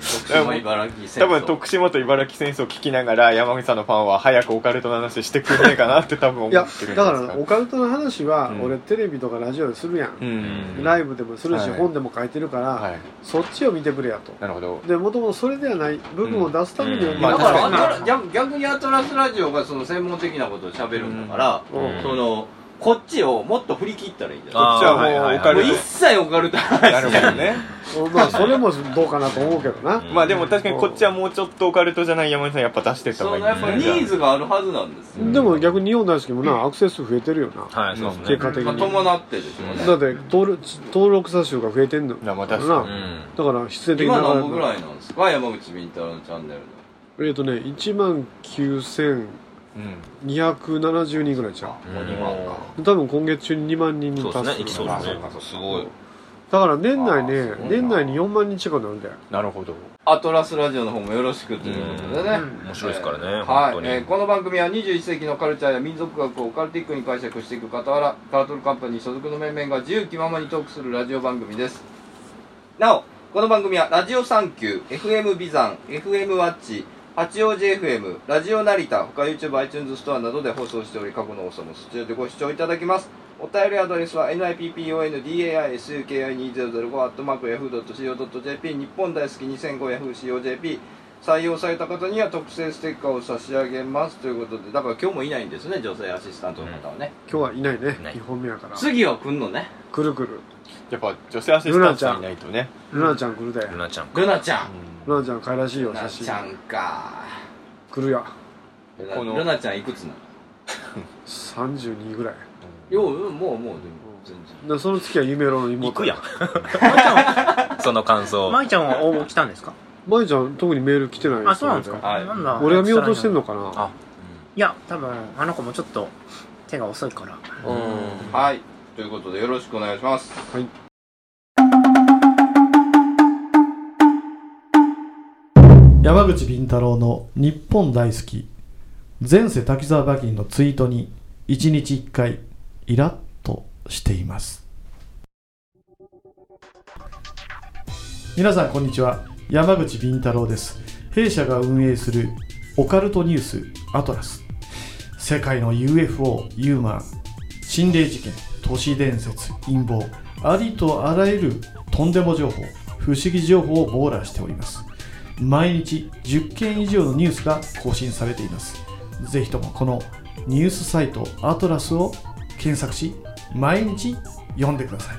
Speaker 2: 徳島茨城戦
Speaker 5: 多
Speaker 2: 争
Speaker 5: 分徳島と茨城戦争を聞きながら山口さんのファンは早くオカルトの話してくんねえかなって多分思っ
Speaker 1: いや
Speaker 5: てるんです
Speaker 1: だか
Speaker 5: から
Speaker 1: オカルトの話は
Speaker 5: うん
Speaker 1: 俺テレビとかラジオでするや、
Speaker 5: うんん
Speaker 1: ライブでもするし、
Speaker 5: はい
Speaker 1: 本でも書いてるから、
Speaker 5: はい
Speaker 1: そっちを見てくれやと
Speaker 5: なるほど
Speaker 1: でもともとそれではない部分を出すためには、
Speaker 6: うん
Speaker 1: まあ
Speaker 2: だ
Speaker 5: まあ
Speaker 2: からア
Speaker 5: 確か
Speaker 2: トラ逆逆にアトラスラジオがその専門的なことを喋るんだから、
Speaker 1: うん
Speaker 6: うん
Speaker 2: そのこっちをもっと振り切ったらいいんじゃ
Speaker 5: こ
Speaker 2: な
Speaker 5: っちは
Speaker 6: あーはいはい
Speaker 5: も
Speaker 6: は
Speaker 5: う
Speaker 6: い
Speaker 5: オカ
Speaker 2: いもう
Speaker 5: ル
Speaker 2: 一切オカルトな
Speaker 5: ト
Speaker 2: 話
Speaker 5: なるほどね
Speaker 1: まあそれもどうかなと思うけどな、
Speaker 5: まあでも確かにこっちはもうちょっとオカルトじゃない山口さんやっぱ出してった
Speaker 2: そ
Speaker 5: 方
Speaker 2: の
Speaker 5: がいい
Speaker 2: やっぱニー
Speaker 5: ズ
Speaker 2: ズがあるはずなんですよ、
Speaker 1: でも逆に日本大好きもな、アクセス数増えてるよな、
Speaker 6: はいそうですね
Speaker 1: 結果的
Speaker 2: まあ、
Speaker 1: に、
Speaker 2: 伴ってでしょうね
Speaker 1: だって登録登録者数が増えてんの
Speaker 5: まあまあ確
Speaker 1: な
Speaker 5: か
Speaker 6: う
Speaker 5: に
Speaker 6: ん
Speaker 1: だから必然的に
Speaker 2: 今何本
Speaker 1: 流
Speaker 2: ぐ
Speaker 1: れる
Speaker 2: らいなんですか山口み太郎のチャンネルの
Speaker 1: えっ、とね1万9270
Speaker 5: うん
Speaker 1: 人ぐらいじゃん
Speaker 2: もう2万か
Speaker 1: 多分今月中に2万人に
Speaker 6: そう
Speaker 1: 達
Speaker 6: ですね
Speaker 1: す
Speaker 6: いき
Speaker 1: る
Speaker 6: そうですねすごい
Speaker 1: だから年内ね
Speaker 5: あーすごいな
Speaker 1: 年内に4万人近くなるんだよ
Speaker 5: なるほど。
Speaker 2: アトラスラジオの方もよろしくということでね、
Speaker 4: うん
Speaker 6: 面白いですからね、
Speaker 2: はい、
Speaker 6: 本当に、
Speaker 2: えーこの番組は21世紀のカルチャーや民族学をオカルティックに解釈していく傍らタートルカンパニー所属の面々が自由気ままにトークするラジオ番組ですなおこの番組はラジオサンキュー FM ビザン FM ワッチ八王子 FM ラジオ成田他 YouTubeiTunes ストアなどで放送しており過去の放送もそちらでご視聴いただけますお便りアドレスは NIPPONDAISUKI2005-yahoo.co.jp 日本大好き 2005yahoo.co.jp 採用された方には特製ステッカーを差し上げますということでだから今日もいないんですね女性アシスタントの方はね、
Speaker 1: 今日はいないね
Speaker 6: ない
Speaker 1: 2本目やから
Speaker 2: 次は来んのね
Speaker 1: くるくる
Speaker 5: やっぱ女性アシスタントさんいないとね。
Speaker 1: ルナちゃん来るで
Speaker 6: ルナちゃんか
Speaker 2: ルナちゃん
Speaker 5: うん
Speaker 1: ルナちゃん可愛らしい
Speaker 2: ル
Speaker 1: よ
Speaker 2: ナ
Speaker 1: 写
Speaker 2: ち
Speaker 1: 真
Speaker 2: ゃんか
Speaker 1: 来るや
Speaker 2: ルナ
Speaker 5: この
Speaker 2: ルナちゃんいくつなの
Speaker 1: 32ぐらい
Speaker 2: よううんもうもうでも全然
Speaker 1: でその月は夢郎の妹
Speaker 6: 行くや
Speaker 1: ん
Speaker 6: んその感想
Speaker 4: 舞ちゃんは応募来たんですか
Speaker 1: 舞ちゃん特にメール来てないよ
Speaker 4: あ、そうなんですか。
Speaker 2: はい
Speaker 4: なんだ
Speaker 1: 俺が見落としてんのか
Speaker 6: あ
Speaker 1: な
Speaker 4: いや、多分、あの子もちょっと手が遅いから。
Speaker 6: うん、
Speaker 2: はいということでよろしくお願いします
Speaker 1: はい
Speaker 7: 山口敏太郎の日本大好き前世滝沢馬琴のツイートに1日1回イラッとしています皆さんこんにちは山口敏太郎です弊社が運営するオカルトニュースアトラス世界の UFO ユーマン心霊事件都市伝説陰謀ありとあらゆるとんでも情報不思議情報を網羅しております毎日10件以上のニュースが更新されていますぜひともこのニュースサイトアトラスを検索し毎日読んでください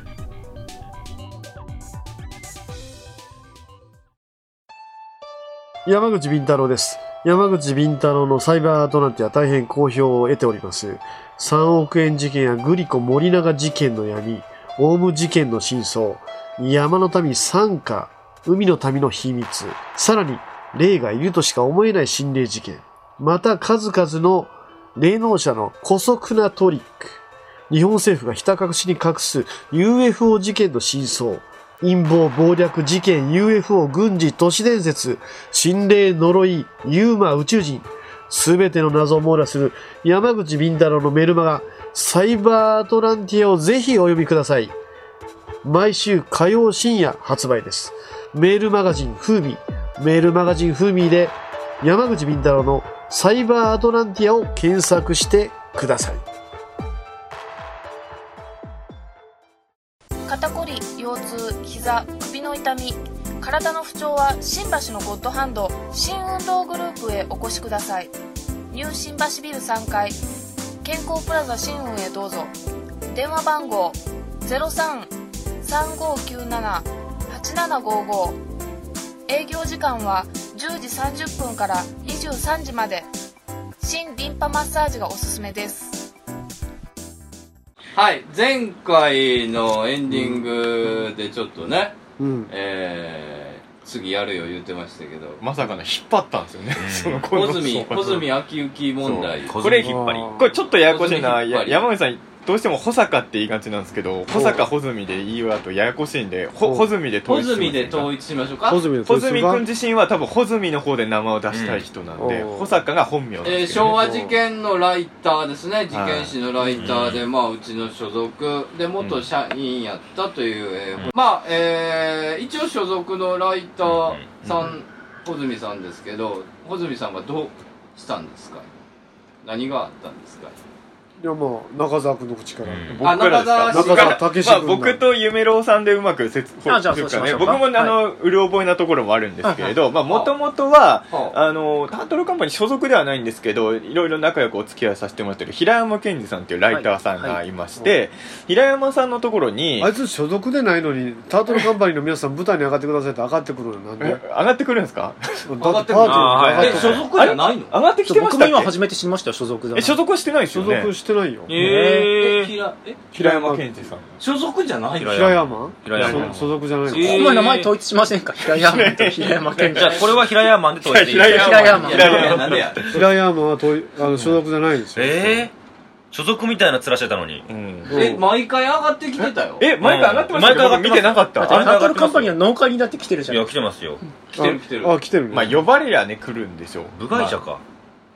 Speaker 1: 山口敏太郎です山口敏太郎のサイバーアトランティア大変好評を得ております3億円事件やグリコ森永事件の闇オウム事件の真相山の民参加海の民の秘密さらに霊がいるとしか思えない心霊事件また数々の霊能者の古速なトリック日本政府がひた隠しに隠す UFO 事件の真相陰謀暴略事件 UFO 軍事都市伝説心霊、呪い、ユーマ、宇宙人、すべての謎を網羅する山口敏太郎のメルマガ、サイバーアトランティアをぜひお読みください。毎週火曜深夜発売です。メールマガジンフーミー、メールマガジンフーミーで山口敏太郎のサイバーアトランティアを検索してください。
Speaker 8: 肩こり腰痛膝首の痛み体の不調は新橋のゴッドハンド新運動グループへお越しくださいニュー新橋ビル3階健康プラザ新運へどうぞ電話番号0335978755営業時間は10時30分から23時まで新リンパマッサージがおすすめです
Speaker 2: はい前回のエンディングでちょっとね、
Speaker 1: うん。
Speaker 2: えー、次やるよ言ってましたけど
Speaker 5: まさかの引っ張ったんですよね。その
Speaker 2: 小
Speaker 5: 小
Speaker 2: 泉小泉秋行問題
Speaker 5: これ引っ張り。これちょっとややこしいな。
Speaker 2: 小泉引っ張
Speaker 5: や
Speaker 2: り
Speaker 5: 山口さん、どうしても保坂って言いがちなんですけど、保坂保泉で言いはとややこしいんで、ほ
Speaker 1: お
Speaker 5: 保泉で統
Speaker 2: 小
Speaker 5: 一します
Speaker 2: 泉で統一しましょうか
Speaker 1: 小泉の
Speaker 5: 保
Speaker 1: 統一
Speaker 5: 泉
Speaker 1: が
Speaker 5: 君自身は多分保泉の方で名前を出したい人なんで、
Speaker 1: うん
Speaker 5: 保坂が本名なん
Speaker 2: えー
Speaker 5: ですけどね
Speaker 2: 昭和事件のライターですね事件史のライターで、まあ、うちの所属で元社員やったという、えーまあ、えー一応所属のライターさん、穂積さんですけど穂積さんがどうしたんですか何があったんですか
Speaker 1: いやまあ、中澤君の口から。
Speaker 6: うん
Speaker 5: 僕らですか
Speaker 2: あ中
Speaker 1: 澤武志君
Speaker 5: まあ、僕と夢郎さんでうまく説
Speaker 4: あじゃあ
Speaker 5: といか
Speaker 4: そうしましょうか
Speaker 5: 僕もあの、うる覚えなところもあるんですけれどまあもともとは
Speaker 2: はあ
Speaker 5: あのタントルカンパニー所属ではないんですけどいろいろ仲良くお付き合いさせてもらってる平山健二さんっていうライターさんがいまして、
Speaker 1: は
Speaker 5: 平山さんのところに
Speaker 1: あいつ所属でないのに、タートルカンパニーの皆さん舞台に上がってくださいって上がってくるのなんで
Speaker 5: え上がってくるんですか
Speaker 1: だって
Speaker 2: 上
Speaker 1: パ
Speaker 2: がっ
Speaker 1: ー
Speaker 2: て
Speaker 1: テ
Speaker 2: く
Speaker 1: ィー
Speaker 2: る
Speaker 1: に上がってくる。
Speaker 2: え所属じゃないの
Speaker 5: 上がってき
Speaker 4: ちょって
Speaker 5: まし
Speaker 4: と僕も
Speaker 5: たっ
Speaker 4: 今
Speaker 5: け
Speaker 4: 初めて知りましたよ、所属だ。
Speaker 5: え所属してないです
Speaker 1: 所
Speaker 5: よね
Speaker 1: 属してないよ。
Speaker 2: え
Speaker 5: え
Speaker 2: ひらえ
Speaker 5: 平山健二さん
Speaker 2: 所属じゃないの
Speaker 6: 平
Speaker 1: 平山
Speaker 6: 平
Speaker 5: 山
Speaker 1: そ所属じゃないの
Speaker 2: えー
Speaker 4: 今名前統一しませんか平山と平山健
Speaker 6: じゃあこれは平山で統一でいい
Speaker 5: 平
Speaker 4: 平山
Speaker 2: いやいやいやなんでや
Speaker 1: 平山はといあの所属じゃないんですよ。
Speaker 6: え所属みたいな面してたのに。
Speaker 5: うん
Speaker 2: え、毎回上がってきてたよ。
Speaker 5: え、毎回上がってました
Speaker 6: 毎回上がってます
Speaker 5: 僕見てなかっ
Speaker 4: だ
Speaker 5: た。
Speaker 4: って、
Speaker 5: あ
Speaker 4: タトルカンパニーは農家になってきてる
Speaker 6: い
Speaker 4: じゃ
Speaker 6: や、
Speaker 4: ん。
Speaker 6: 来てますよ。
Speaker 2: 来てる来てる。
Speaker 1: あ、来てる。
Speaker 5: まあ、呼ばれりゃね、来るんでしょう。
Speaker 6: 部外者
Speaker 5: ま
Speaker 6: か。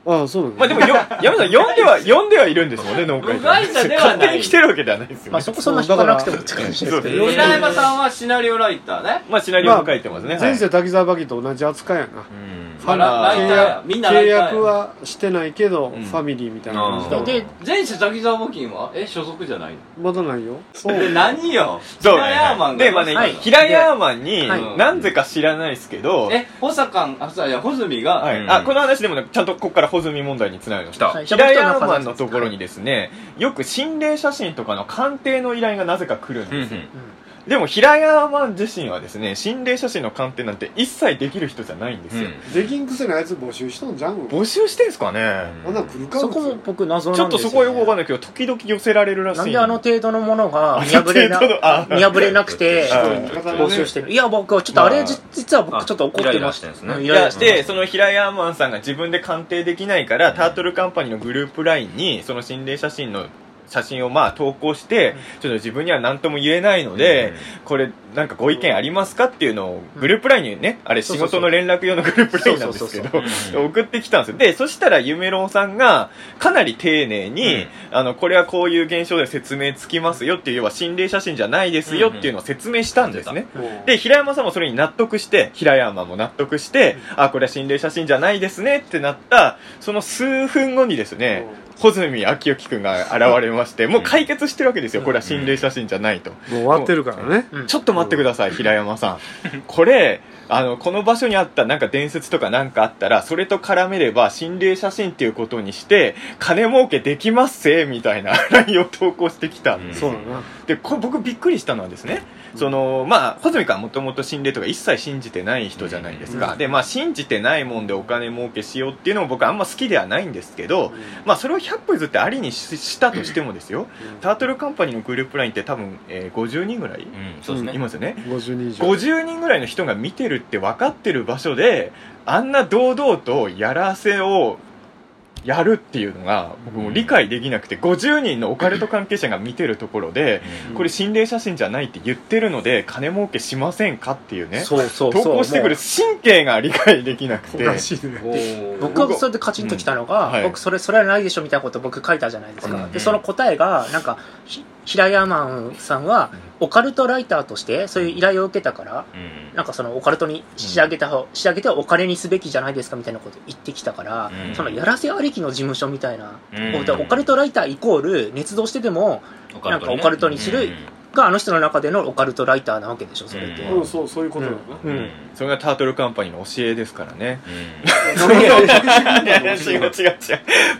Speaker 1: あ、あそうなん
Speaker 5: あまあ、でも、よ、山田さん、呼んでは、呼んではいるんですもんね、農会
Speaker 2: 部外者ではない
Speaker 5: 勝手に来てるわけではないですよね。
Speaker 4: まあそこそんな引かなくてもって感じですけ
Speaker 5: そう
Speaker 4: ど。
Speaker 2: 平山さんはシナリオライターね。
Speaker 5: まあ、シナリオも書いてますね。
Speaker 1: 前世滝沢バギーと同じ扱いやな。
Speaker 6: うん。
Speaker 2: まあ、ラライターや。みんなラ
Speaker 1: 契
Speaker 2: イターや。
Speaker 1: 約はしてないけど、
Speaker 5: うん
Speaker 1: ファミリーみたいな感じだ
Speaker 6: あ
Speaker 1: わ
Speaker 6: ー
Speaker 4: で、
Speaker 2: 前世滝沢募金はえ、所属じゃないの
Speaker 1: まだないよ。
Speaker 2: え何よ
Speaker 5: そう
Speaker 2: 平山が。、
Speaker 5: で、まあね、
Speaker 4: はい
Speaker 5: 平ヤーマンに
Speaker 4: はい
Speaker 5: 何故か知らないですけど、
Speaker 2: え、保坂ん、あ、そういや、穂積が、
Speaker 5: はい
Speaker 6: うん
Speaker 5: あ、この話でもなんかちゃんとここから穂積問題につながりまし
Speaker 6: 来
Speaker 5: た。
Speaker 6: た
Speaker 4: はい。
Speaker 5: 平ヤーマンのところにですね、よく心霊写真とかの鑑定の依頼がなぜか来るん
Speaker 6: うんう
Speaker 5: ですよ。
Speaker 6: ん。
Speaker 5: でも、平ヤーマン自身はですね、心霊写真の鑑定なんて一切できる人じゃないんですよ。
Speaker 1: できんくせにあいつ募集しとんじゃん。
Speaker 5: 募集してんすかね
Speaker 1: あんなん来るか
Speaker 4: そこも
Speaker 1: 普通
Speaker 4: 僕謎
Speaker 5: ち
Speaker 4: な
Speaker 5: ょっ
Speaker 4: んで
Speaker 5: と
Speaker 4: す
Speaker 5: そこはよくわかん
Speaker 4: ね。
Speaker 5: ないけど、時々寄せられるらしい。
Speaker 4: なんであの程度のものが見破れな
Speaker 5: あの程度あ
Speaker 4: 見破れなくて
Speaker 5: あ
Speaker 4: 募集してる。いや、僕はちょっとあれ、
Speaker 5: まあ
Speaker 4: じ実は僕ちょっと怒って
Speaker 6: イライ
Speaker 4: ま
Speaker 6: ラ
Speaker 4: し。
Speaker 6: したてんですね
Speaker 4: うん
Speaker 5: い
Speaker 4: イライ
Speaker 5: や
Speaker 4: ラ
Speaker 5: し、
Speaker 4: して
Speaker 5: その平ヤーマンさんが自分で鑑定できないから、タートルカンパニーのグループ LINE に、その心霊写真の写真をまあ投稿して、ちょっと自分には何とも言えないので、これなんかご意見ありますかっていうのを、グループ LINE にね、あれ
Speaker 4: そう
Speaker 5: 仕
Speaker 4: そうそう
Speaker 5: 事の連絡用のグループ LINE なんですけ
Speaker 4: そう
Speaker 5: ど
Speaker 6: そうそう、そう
Speaker 5: で送ってきたんですよ。で、そしたら夢郎さんが、かなり丁寧に、
Speaker 6: うん
Speaker 5: あの、これはこういう現象で説明つきますよっていう、要は心霊写真じゃないですよっていうのを説明したんですね。
Speaker 1: もう
Speaker 5: で、平山さんもそれに納得して、平山も納得して、あ、これは心霊写真じゃないですねってなった、その数分後にですね、穂積昭之くんが現れまして、もう解決してるわけですよ。これは心霊写真じゃないと。
Speaker 1: もう終わってるからね。
Speaker 4: うん
Speaker 5: ちょっと待ってください、平山 さん。これ、あの、この場所にあったなんか伝説とかなんかあったら、それと絡めれば心霊写真っていうことにして、金儲けできますせ、みたいな LINE を投稿してきたんですよ
Speaker 1: そうだな。
Speaker 5: でこれ僕びっくりしたのはですね、
Speaker 1: うん
Speaker 5: そのまあ穂積君はもともと心霊とか一切信じてない人じゃないですか、
Speaker 1: うん
Speaker 5: でまあ信じてないもんでお金儲けしようっていうのも僕あんま好きではないんですけど、まあそれを100歩譲ってありにししたとしてもですよ、タートルカンパニーのグループラインって多分、えー50人ぐらい、
Speaker 6: うん、そうですね。
Speaker 5: いますよね
Speaker 1: 52以上。
Speaker 5: 50人ぐらいの人が見てるって分かってる場所であんな堂々とやらせをやるっていうのが僕も理解できなくて50人のオカルト関係者が見てるところでこれ心霊写真じゃないって言ってるので金儲けしませんかっていうね
Speaker 4: そうそうそ
Speaker 5: 投
Speaker 4: う。
Speaker 5: 稿してくる神経が理解できなく
Speaker 1: お
Speaker 5: て
Speaker 1: かしいね。
Speaker 2: おー
Speaker 4: 僕はそれでカチンときたのが、
Speaker 5: うんはい
Speaker 4: 僕それそれはないでしょみたいなこと僕書いたじゃないですか、
Speaker 6: うん
Speaker 4: でその答えがなんかひ平山さんはオカルトライターとしてそういう依頼を受けたから
Speaker 6: うん。
Speaker 4: なんかそのオカルトに仕上げた方、仕上げてはお金にすべきじゃないですかみたいなこと言ってきたから、
Speaker 6: うん
Speaker 4: そのやらせありきの事務所みたいな、
Speaker 6: うん
Speaker 4: こうだからオカルトライターイコール捏造してでもなんかオカルトにするがあの人の中でのオカルトライターなわけでしょそれって、
Speaker 1: うん、そう、そういうことだよ
Speaker 5: うん
Speaker 6: うん
Speaker 5: それがタートルカンパニーの教えですからね
Speaker 1: な。なるほど
Speaker 5: いやいや違う違う違う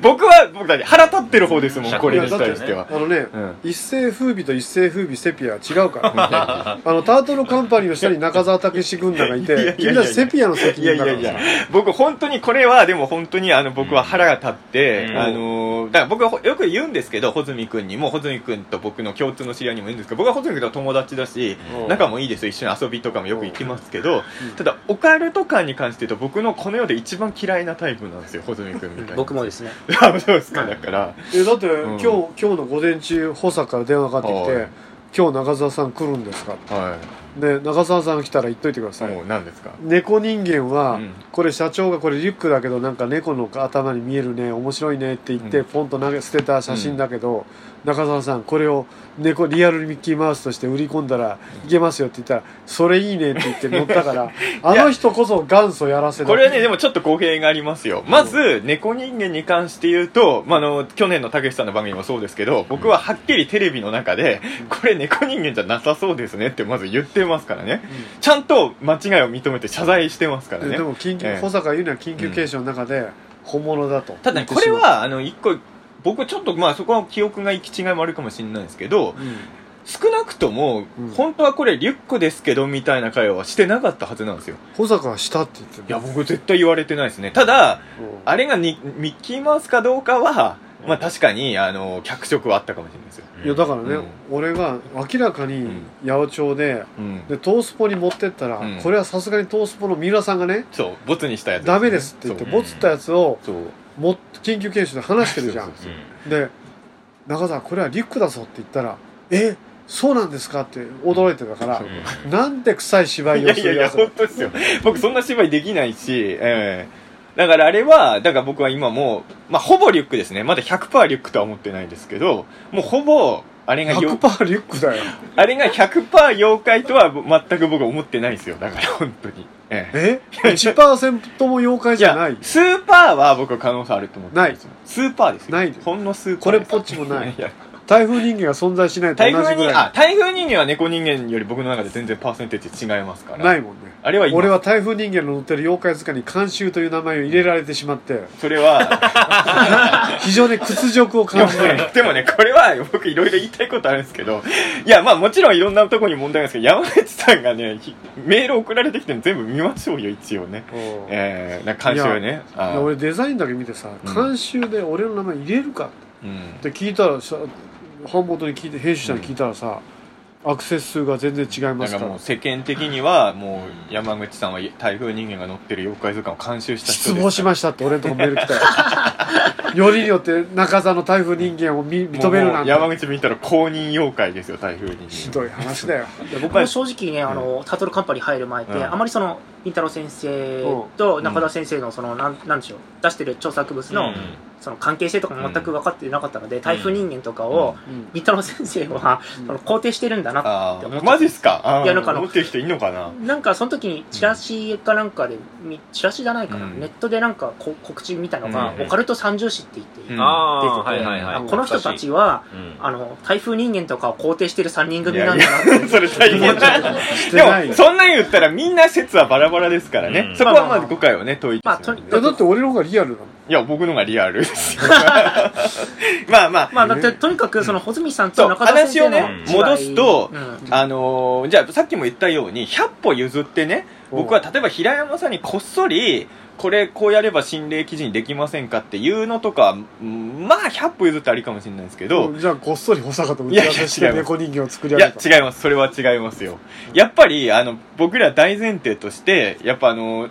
Speaker 5: 僕は僕だって腹立ってる方ですもんこれに対しては、
Speaker 1: あのね、
Speaker 5: うん
Speaker 1: 一世風靡と一世風靡セピアは違う から。あの、タートルカンパニーの下に中澤武史軍団がい
Speaker 5: いやいや
Speaker 1: て
Speaker 5: いや、
Speaker 1: 君たちセピアの責
Speaker 5: いや
Speaker 1: 任だか
Speaker 5: いや
Speaker 1: ら
Speaker 5: いや
Speaker 1: さ。、
Speaker 5: 僕本当にこれはでも本当にあの僕は腹が立って、
Speaker 6: うん
Speaker 5: あのーだから僕はほよく言うんですけど、穂積君にも、穂積君と僕の共通の知り合いにも言うんですけど、僕は穂積君と友達だし、
Speaker 1: うん
Speaker 5: 仲もいいですよ、一緒に遊びとかもよく行きますけど
Speaker 1: うん、
Speaker 5: ただオカルト感に関して言うと僕のこの世で一番嫌いなタイプなんですよ、穂積君みたいな。
Speaker 4: 僕もですね
Speaker 5: あそうですか、だから。
Speaker 1: えだって、
Speaker 5: うん
Speaker 1: 今日今日の午前中保坂から電話かかってきて、
Speaker 5: はい
Speaker 1: 今日中澤さん来るんですか
Speaker 5: は
Speaker 1: で中澤さん来たら言っといてくだ
Speaker 5: い。
Speaker 1: さい、
Speaker 5: もう何ですか
Speaker 1: 猫人間は、
Speaker 5: うん
Speaker 1: これ社長がこれリュックだけどなんか猫の頭に見えるね面白いねって言って、
Speaker 5: うん
Speaker 1: ポンと投げ捨てた写真だけど、中澤さんこれを猫リアルミッキーマウスとして売り込んだらいけますよって言ったらそれいいねって言って乗 ったからあの人こそ元祖やらせだ
Speaker 5: これはね、でもちょっと語弊がありますよ。まず、猫人間に関して言うと、まあ、あの、去年のたけしさんの番組もそうですけど、僕ははっきりテレビの中で、これ猫人間じゃなさそうですねってまず言ってますからね。ちゃんと間違いを認めて謝罪してますから
Speaker 1: で
Speaker 5: ね
Speaker 1: で。も緊急、
Speaker 5: ええ
Speaker 1: 保坂が言うのは緊急継承の中で、本物だと
Speaker 5: ただね、これ、は、あの、一個、僕ちょっと、まあ、そこは記憶が行き違いもあるかもしれないですけど、
Speaker 1: うん
Speaker 5: 少なくとも
Speaker 1: うん、
Speaker 5: 本当はこれリュックですけど、みたいな会話はしてなかったはずなんですよ。
Speaker 1: 保坂はしたって言ってる
Speaker 5: いや、僕絶対言われてないですね。ただ、
Speaker 1: うん
Speaker 5: あれがにミッキーマウスかどうかは、まあ確かに、あの、脚色はあったかもしれないですよ。
Speaker 1: いやだからね、
Speaker 5: うん
Speaker 1: 俺が明らかに八百長で
Speaker 5: うん。
Speaker 1: でトースポに持ってったら、
Speaker 5: うん
Speaker 1: これはさすがにトースポの三浦さんがね
Speaker 5: そう、ボツにしたやつ、
Speaker 1: ダメですって言って
Speaker 6: そう
Speaker 1: ボツったやつを
Speaker 5: そう。
Speaker 1: も緊急研修で話してるじゃん
Speaker 5: そうそうそう
Speaker 1: で中澤これはリュックだぞって言ったらえそうなんですかって驚いてたから、なんて臭い芝
Speaker 5: い
Speaker 1: 居
Speaker 5: や
Speaker 1: を
Speaker 5: い
Speaker 1: する
Speaker 5: やいや、
Speaker 1: やつ
Speaker 5: 本当ですよ。僕そんな芝居できないし、ええだからあれは、だから僕は今もう、まあほぼリュックですね。まだ100%リュックとは思ってないですけど、もうほぼ、あれがよ、
Speaker 1: 100%リュックだよ
Speaker 5: あれが100%妖怪とは全く僕は思ってないですよ。だから本当に。ええ
Speaker 1: え1%も妖怪じゃない
Speaker 5: スーパーは僕は可能性あると思ってます。スーパーですよ。
Speaker 1: ないです
Speaker 5: ほんのスーパー。
Speaker 1: これっぽっちもない
Speaker 5: やや
Speaker 1: 台風人間が存在しないと同
Speaker 5: 台
Speaker 1: じぐ
Speaker 5: 風人間、
Speaker 1: ら
Speaker 5: あ、台風人間は猫人間より僕の中で全然パーセンテージ違いますか
Speaker 1: い
Speaker 5: ら。
Speaker 1: ないもんね
Speaker 5: あれは今
Speaker 1: 俺は台風人間の乗ってる妖怪図鑑に監修という名前を入れられてしまって
Speaker 5: それは、
Speaker 1: 非常に屈辱を感じ
Speaker 5: でも
Speaker 1: る
Speaker 5: ねでもね、これは僕いろいろ言いたいことあるんですけど、いや、まあもちろんいろんなとこに問題があるんですけど、山口さんがね、ひメール送られてきてるの全部見ましょうよ、一応ね。
Speaker 1: うん
Speaker 5: えー、なんか監修ね。あ
Speaker 1: い
Speaker 5: ー
Speaker 1: や俺デザインだけ見てさ
Speaker 5: うん
Speaker 1: 監修で俺の名前入れるか
Speaker 5: うん
Speaker 1: っ。て聞いたらさ版元に聞いて編集者に聞いたらさ、アクセス数が全然違いま
Speaker 5: だ
Speaker 1: す
Speaker 5: か
Speaker 1: から
Speaker 5: も
Speaker 1: ら
Speaker 5: う世間的には、もう山口さんは台風人間が乗ってる妖怪図鑑を監修した人
Speaker 1: 失
Speaker 5: です。
Speaker 1: 望しましたって俺のとこメール来たよ よりによって中澤の台風人間を見認める
Speaker 5: も
Speaker 1: な
Speaker 5: うん山
Speaker 1: て
Speaker 5: 口見たら公認妖怪ですよ、台風人間。
Speaker 1: ひどい話だよ
Speaker 4: 僕も正直ね、あの、タートルカンパニー入る前って、
Speaker 5: うん
Speaker 4: あまりその、り太郎先生と中田先生の、その、なん、なんでしょう、出してる著作物の、その関係性とかも全く分かってなかったので、台風人間とかを、
Speaker 1: うん
Speaker 4: り太郎先生は、
Speaker 1: うん
Speaker 4: その、肯定してるんだな
Speaker 5: あ
Speaker 4: って思っ
Speaker 5: あ、
Speaker 4: て
Speaker 5: マジっすかあー
Speaker 4: いやなんかあの
Speaker 5: 持ってる人いんのかな
Speaker 4: なんかその時にチラシかなんかでみチラシじゃないかな、
Speaker 5: うん
Speaker 4: ネットでなんかこ告知みたいのが、
Speaker 5: うん
Speaker 6: うん
Speaker 4: オカルト三重師って言って、
Speaker 5: うん
Speaker 6: ああー、はい
Speaker 4: 出てて
Speaker 6: はいはい。
Speaker 4: あこの人たちは
Speaker 6: うん、
Speaker 4: あの台風人間とかを肯定してる3人組なん
Speaker 5: いや
Speaker 4: だ なって
Speaker 5: それ大変だ。
Speaker 1: して
Speaker 5: で
Speaker 1: ない
Speaker 5: も、
Speaker 1: よ
Speaker 5: そんなん言ったらみんな説はバラバラですからね。
Speaker 6: うん
Speaker 5: そこはまず誤解をね、解いてしまう
Speaker 4: まあとに
Speaker 1: いやだって俺の方がリアルだもん
Speaker 5: いや、僕のがリアルですよ。 まあまあ、
Speaker 4: まあだってとにかくその穂積さん
Speaker 5: そ
Speaker 4: と
Speaker 5: う
Speaker 4: 中田先生の
Speaker 5: 話をね戻すと
Speaker 4: 違いうん
Speaker 5: あのーじゃあさっきも言ったように、100歩譲ってね、僕は
Speaker 1: うん
Speaker 5: 例えば平山さんにこっそり、これこうやれば心霊記事にできませんかっていうのとか、うんまあ100歩譲ってありかもしれないですけど、
Speaker 1: うんじゃあこっそり保坂と打ち合わせし
Speaker 5: いや
Speaker 1: て
Speaker 5: いや違います
Speaker 1: 猫人形を作り
Speaker 5: い
Speaker 1: 上
Speaker 5: や
Speaker 1: げた
Speaker 5: 違いますそれは違いますよやっぱりあの僕ら大前提としてやっぱあの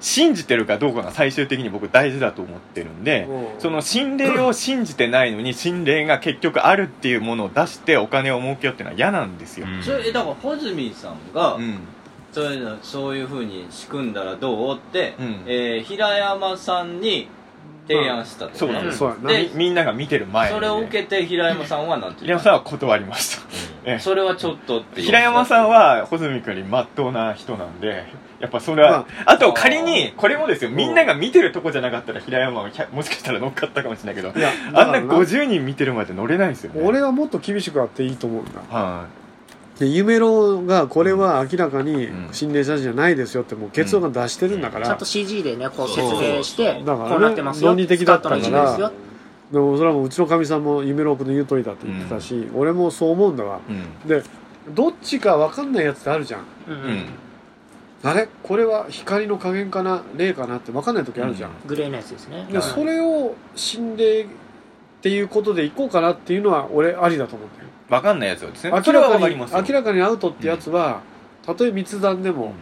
Speaker 5: 信じてるかどうかが最終的に僕大事だと思ってるんで
Speaker 1: うん
Speaker 5: その心霊 を信じてないのに心霊が結局あるっていうものを出してお金を儲けようっていうのは嫌なんですよ、
Speaker 6: それえだから穂積さんが、
Speaker 5: うん
Speaker 6: そういうのそういうふうに仕組んだらどうって、
Speaker 5: うん
Speaker 6: えー平山さんに提案したと、
Speaker 5: そうなんです
Speaker 1: そうやな
Speaker 6: で
Speaker 5: みんなが見てる前に
Speaker 6: そ
Speaker 5: ね
Speaker 6: れを受けて平山さんはなんて
Speaker 5: 平
Speaker 6: 言っ
Speaker 5: 山
Speaker 6: た
Speaker 5: さんは断りましたええ
Speaker 6: それはちょっとって言いました
Speaker 5: 平山さんは穂積君よりまっとうな人なんでやっぱそれは、あと仮にこれもですよみんなが見てるとこじゃなかったら平山は100もしかしたら乗っかったかもしれないけど
Speaker 1: いや
Speaker 5: あん
Speaker 1: だか
Speaker 5: な
Speaker 1: ら
Speaker 5: 50人見てるまで乗れないですよね。
Speaker 1: 俺はもっと厳しくあっていいと思うんだ
Speaker 5: は
Speaker 1: で夢郎がこれは明らかに
Speaker 5: うん
Speaker 1: 心霊写真じゃないですよってもう結論が出してるんだから、
Speaker 4: ちゃんと CG でねこう説明し
Speaker 6: そ
Speaker 4: て
Speaker 6: う
Speaker 1: だからね
Speaker 4: こうなってますよ
Speaker 1: 論理的だったから
Speaker 4: スカートの位置ですよ
Speaker 1: でもそれはもううちのかみさんも夢郎君の言う通りだって言ってたし、俺もそう思うんだわ
Speaker 5: い。うん。
Speaker 1: でどっちか分かんないやつってあるじゃん
Speaker 4: うん
Speaker 5: うん。
Speaker 1: あれこれは光の加減かな霊かなって分かんない時あるじゃん、
Speaker 4: グレーのやつですね
Speaker 1: でそれを心霊っていうことでいこうかなっていうのは俺ありだと思うんだよ
Speaker 5: わかんないやつをですね。そ
Speaker 1: 明
Speaker 5: れは
Speaker 1: ら
Speaker 5: わ
Speaker 1: か
Speaker 5: か
Speaker 1: に
Speaker 5: りますよ。
Speaker 1: 明らかにアウトってやつは、たとえ密談でも、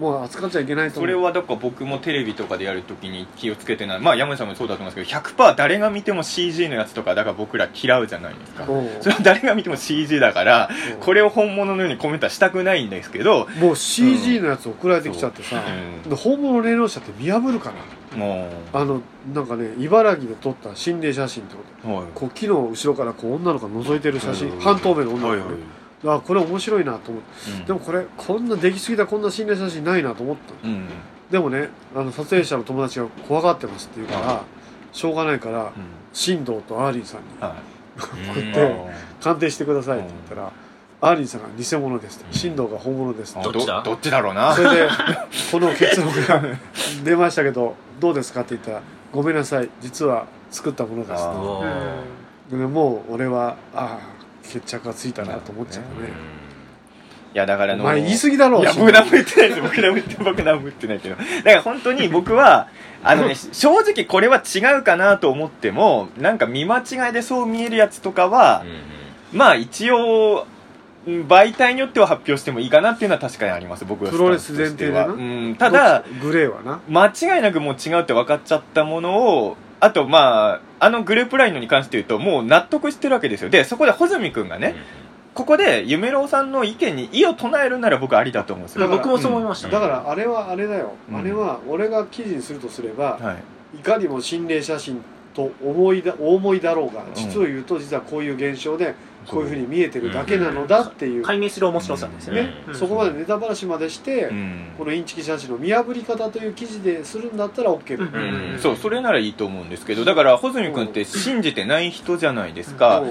Speaker 1: もう扱っちゃいけないと
Speaker 5: そ
Speaker 1: 思う
Speaker 5: れはどっか僕もテレビとかでやるときに気をつけてない。まあ山口さんもそうだと思いますけど、100%誰が見ても CG のやつとか、だから僕ら嫌うじゃないですか。
Speaker 1: うん
Speaker 5: それは誰が見ても CG だから、
Speaker 1: うん
Speaker 5: これを本物のようにコメントはしたくないんですけど、
Speaker 1: もう CG のやつ送られてきちゃってさ、
Speaker 5: う
Speaker 1: で本物の霊能者って見破るから
Speaker 5: も
Speaker 1: あのなんかね茨城で撮った心霊写真ってこと
Speaker 5: う、はい。
Speaker 1: こう木の後ろからこう女の子が覗いてる写真、
Speaker 5: うん
Speaker 1: 半透明の
Speaker 5: は
Speaker 1: 女
Speaker 5: い
Speaker 1: の
Speaker 5: は
Speaker 1: 子、
Speaker 5: い
Speaker 1: ね。あこれ面白いなと思って
Speaker 5: うん
Speaker 1: でも、これこんな出来すぎたこんな心霊写真ないなと思ったの
Speaker 5: うん。
Speaker 1: でもねあの撮影者の友達が怖がってますって言うからしょうがないから
Speaker 5: うん
Speaker 1: 進藤とアーリンさんに
Speaker 5: は
Speaker 1: 送っ
Speaker 5: い。
Speaker 1: て
Speaker 5: うん
Speaker 1: 鑑定してくださいって言ったらアーリンさんが偽物ですって進藤が本物ですって
Speaker 5: ど
Speaker 6: どっちだ
Speaker 5: どっちだろうな
Speaker 1: そ。れでこの結論が出ましたけどどうですかって言ったら「ごめんなさい実は作ったものです
Speaker 5: あー
Speaker 6: う
Speaker 4: う
Speaker 6: お
Speaker 4: ん
Speaker 6: ー
Speaker 1: でもう俺はああ決着がついたなと思っちゃったね
Speaker 5: いや、だからあ
Speaker 1: お
Speaker 5: の
Speaker 1: 前言い過ぎだろ
Speaker 5: いや、
Speaker 1: 慎
Speaker 5: 僕
Speaker 1: 吾
Speaker 5: 何も言ってないです。僕何も言って、僕何も言ってないけど。だから本当に僕は、あのね、正直これは違うかなと思っても、なんか見間違いでそう見えるやつとかは、まあ一応、うん媒体によっては発表してもいいかなっていうのは確かにあります、僕は
Speaker 1: プロレス前提でな
Speaker 5: スタンスとしてはうん、ただ、
Speaker 1: グレーはな
Speaker 5: 間違いなくもう違うって分かっちゃったものを、あと、まあ、あのグループラインのに関して言うと、もう納得してるわけですよ。で、そこで穂積君がね、ここで夢郎さんの意見に異を唱えるなら僕ありだと思うんですよ。
Speaker 1: だから
Speaker 4: 僕もそう思いました、
Speaker 1: だからあれはあれだよ、
Speaker 5: うん
Speaker 1: あれは俺が記事にするとすれば、
Speaker 5: はい。
Speaker 1: いかにも心霊写真と思いだお思いだろうが実を言うと実はこういう現象でこういうふうに見えてるだけなのだっていう、
Speaker 4: 解明する面白さですよね
Speaker 1: ね、
Speaker 4: うん
Speaker 1: そこまでネタバラシまでして、
Speaker 5: うん。
Speaker 1: このインチキ写真の見破り方という記事でするんだったら OK
Speaker 4: うん
Speaker 1: だよ、
Speaker 5: うんそう、それならいいと思うんですけど、だから、穂積君って信じてない人じゃないですか。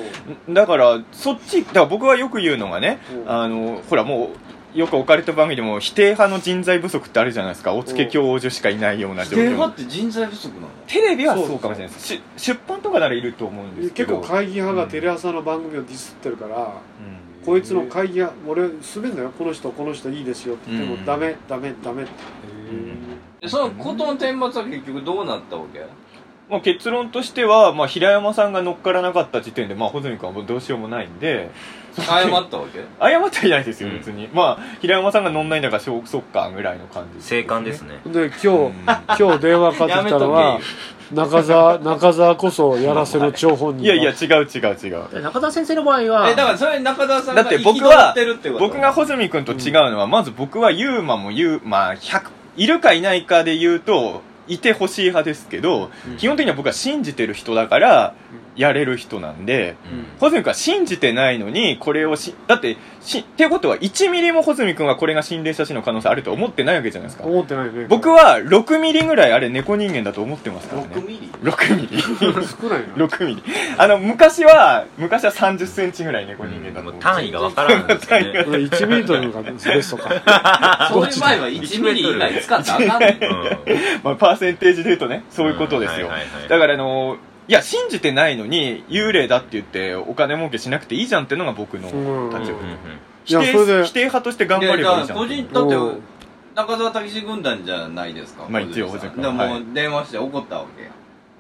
Speaker 5: だから、そっち、だから僕はよく言うのがね、
Speaker 1: うん
Speaker 5: あの、ほら、もう、よく置かれた番組でも、否定派の人材不足ってあるじゃないですか。大付教授しかいないような
Speaker 2: 否
Speaker 5: 状
Speaker 2: 定
Speaker 5: 況
Speaker 2: 派。って人材不足なの
Speaker 5: テレビはそうかもしれないです。し出版とかならいると思うんですけ
Speaker 1: 結
Speaker 5: ど。
Speaker 1: 構会議派がテレ朝の番組をディスってるから、
Speaker 5: うん
Speaker 1: こいつの会議派俺滑んだよこの人この人いいですよって言っても、
Speaker 5: うん
Speaker 1: ダメダメダメって
Speaker 2: でそのことの顛末は結局どうなったわけ
Speaker 5: まあ、結論としては、まあ、平山さんが乗っからなかった時点で、まあ、穂積君はもうどうしようもないんで、
Speaker 2: 謝った わけ
Speaker 5: 謝ってはいないですよ、
Speaker 6: うん
Speaker 5: 別に。まあ、平山さんが乗んないんだから、そっか、ぐらいの感じ、
Speaker 6: 生還です。ね
Speaker 1: で今日、
Speaker 5: うん
Speaker 1: 今日電話か
Speaker 2: やめとけ よ
Speaker 1: 中澤中澤こそやらせの張本
Speaker 5: いやいや、違う違う違う。
Speaker 4: 中田先生の場合は
Speaker 2: えだからそれ中田さんが
Speaker 5: だって
Speaker 2: 憤
Speaker 5: 僕は
Speaker 2: ってるってこと
Speaker 5: 僕が穂積君と違うのは、まず僕はユーマもユーマ100いるかいないかで言うといてほしい派ですけど、
Speaker 2: うん
Speaker 5: 基本的には僕は信じてる人だからやれる人なんで穂積君は信じてないのにこれをしだってしっていうことは1ミリも穂積君はこれが心霊写真の可能性あると思ってないわけじゃないですか
Speaker 1: 思ってないね
Speaker 5: 僕は6ミリぐらいあれ猫人間だと思ってますからね
Speaker 2: 6ミリ
Speaker 5: 6ミリ
Speaker 1: 少ないな
Speaker 5: 6ミリあの昔は昔は3 0センチぐらい猫人間だと
Speaker 6: も
Speaker 5: 思っ
Speaker 6: う
Speaker 5: て
Speaker 6: 単位がわからんですよね
Speaker 1: 1メートルがベストか
Speaker 2: そういう前は1ミリ以内使ったらあかんねん
Speaker 5: まあ、パーセンテージで言うとね、そういうことですよ。だから、あのいや、信じてないのに、幽霊だって言って、お金儲けしなくていいじゃんってのが僕の
Speaker 1: うん
Speaker 5: 立ち位置。
Speaker 1: い
Speaker 5: 否
Speaker 1: や
Speaker 5: 定
Speaker 1: それで
Speaker 5: 否定派として頑
Speaker 2: い
Speaker 5: 張
Speaker 2: や
Speaker 5: れ
Speaker 2: だ
Speaker 5: ばい
Speaker 2: か
Speaker 5: いじ
Speaker 2: ら
Speaker 5: ゃん。
Speaker 2: 個人だっ
Speaker 1: うん
Speaker 2: て中澤武志軍団じゃないですか
Speaker 5: まあ一応
Speaker 2: 小泉さん
Speaker 5: 小泉君
Speaker 2: だからも
Speaker 5: は
Speaker 2: う電話して怒ったわけや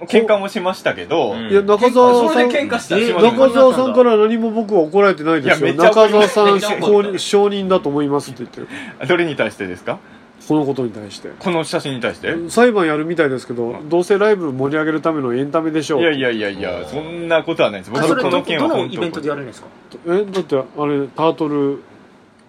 Speaker 5: 喧嘩もしましたけど、
Speaker 6: うん
Speaker 1: いや中澤
Speaker 2: そ
Speaker 1: さ
Speaker 2: れ
Speaker 1: ん
Speaker 2: で喧嘩したら
Speaker 5: え
Speaker 2: 島田
Speaker 5: 嘩
Speaker 2: 君
Speaker 1: 中澤さんから何も僕は怒られてないです
Speaker 5: い
Speaker 1: よ
Speaker 5: やめっちゃ怒
Speaker 1: 中
Speaker 5: りま
Speaker 1: 澤
Speaker 5: した
Speaker 1: さ
Speaker 2: め
Speaker 1: ん
Speaker 2: っちゃ怒った
Speaker 1: 公認証人だと思いますって言ってる
Speaker 5: どれに対してですか
Speaker 1: このことに対して
Speaker 5: この写真に対して、
Speaker 1: 裁判やるみたいですけどどうせライブ盛り上げるためのエンタメでしょう
Speaker 5: いやいやいやいや、そんなことはないです。僕
Speaker 4: あそれ
Speaker 5: こ
Speaker 4: ど
Speaker 5: の件は
Speaker 4: どの
Speaker 5: 本
Speaker 4: イベントで
Speaker 5: 当
Speaker 4: やるんですか
Speaker 1: えだってあれタートル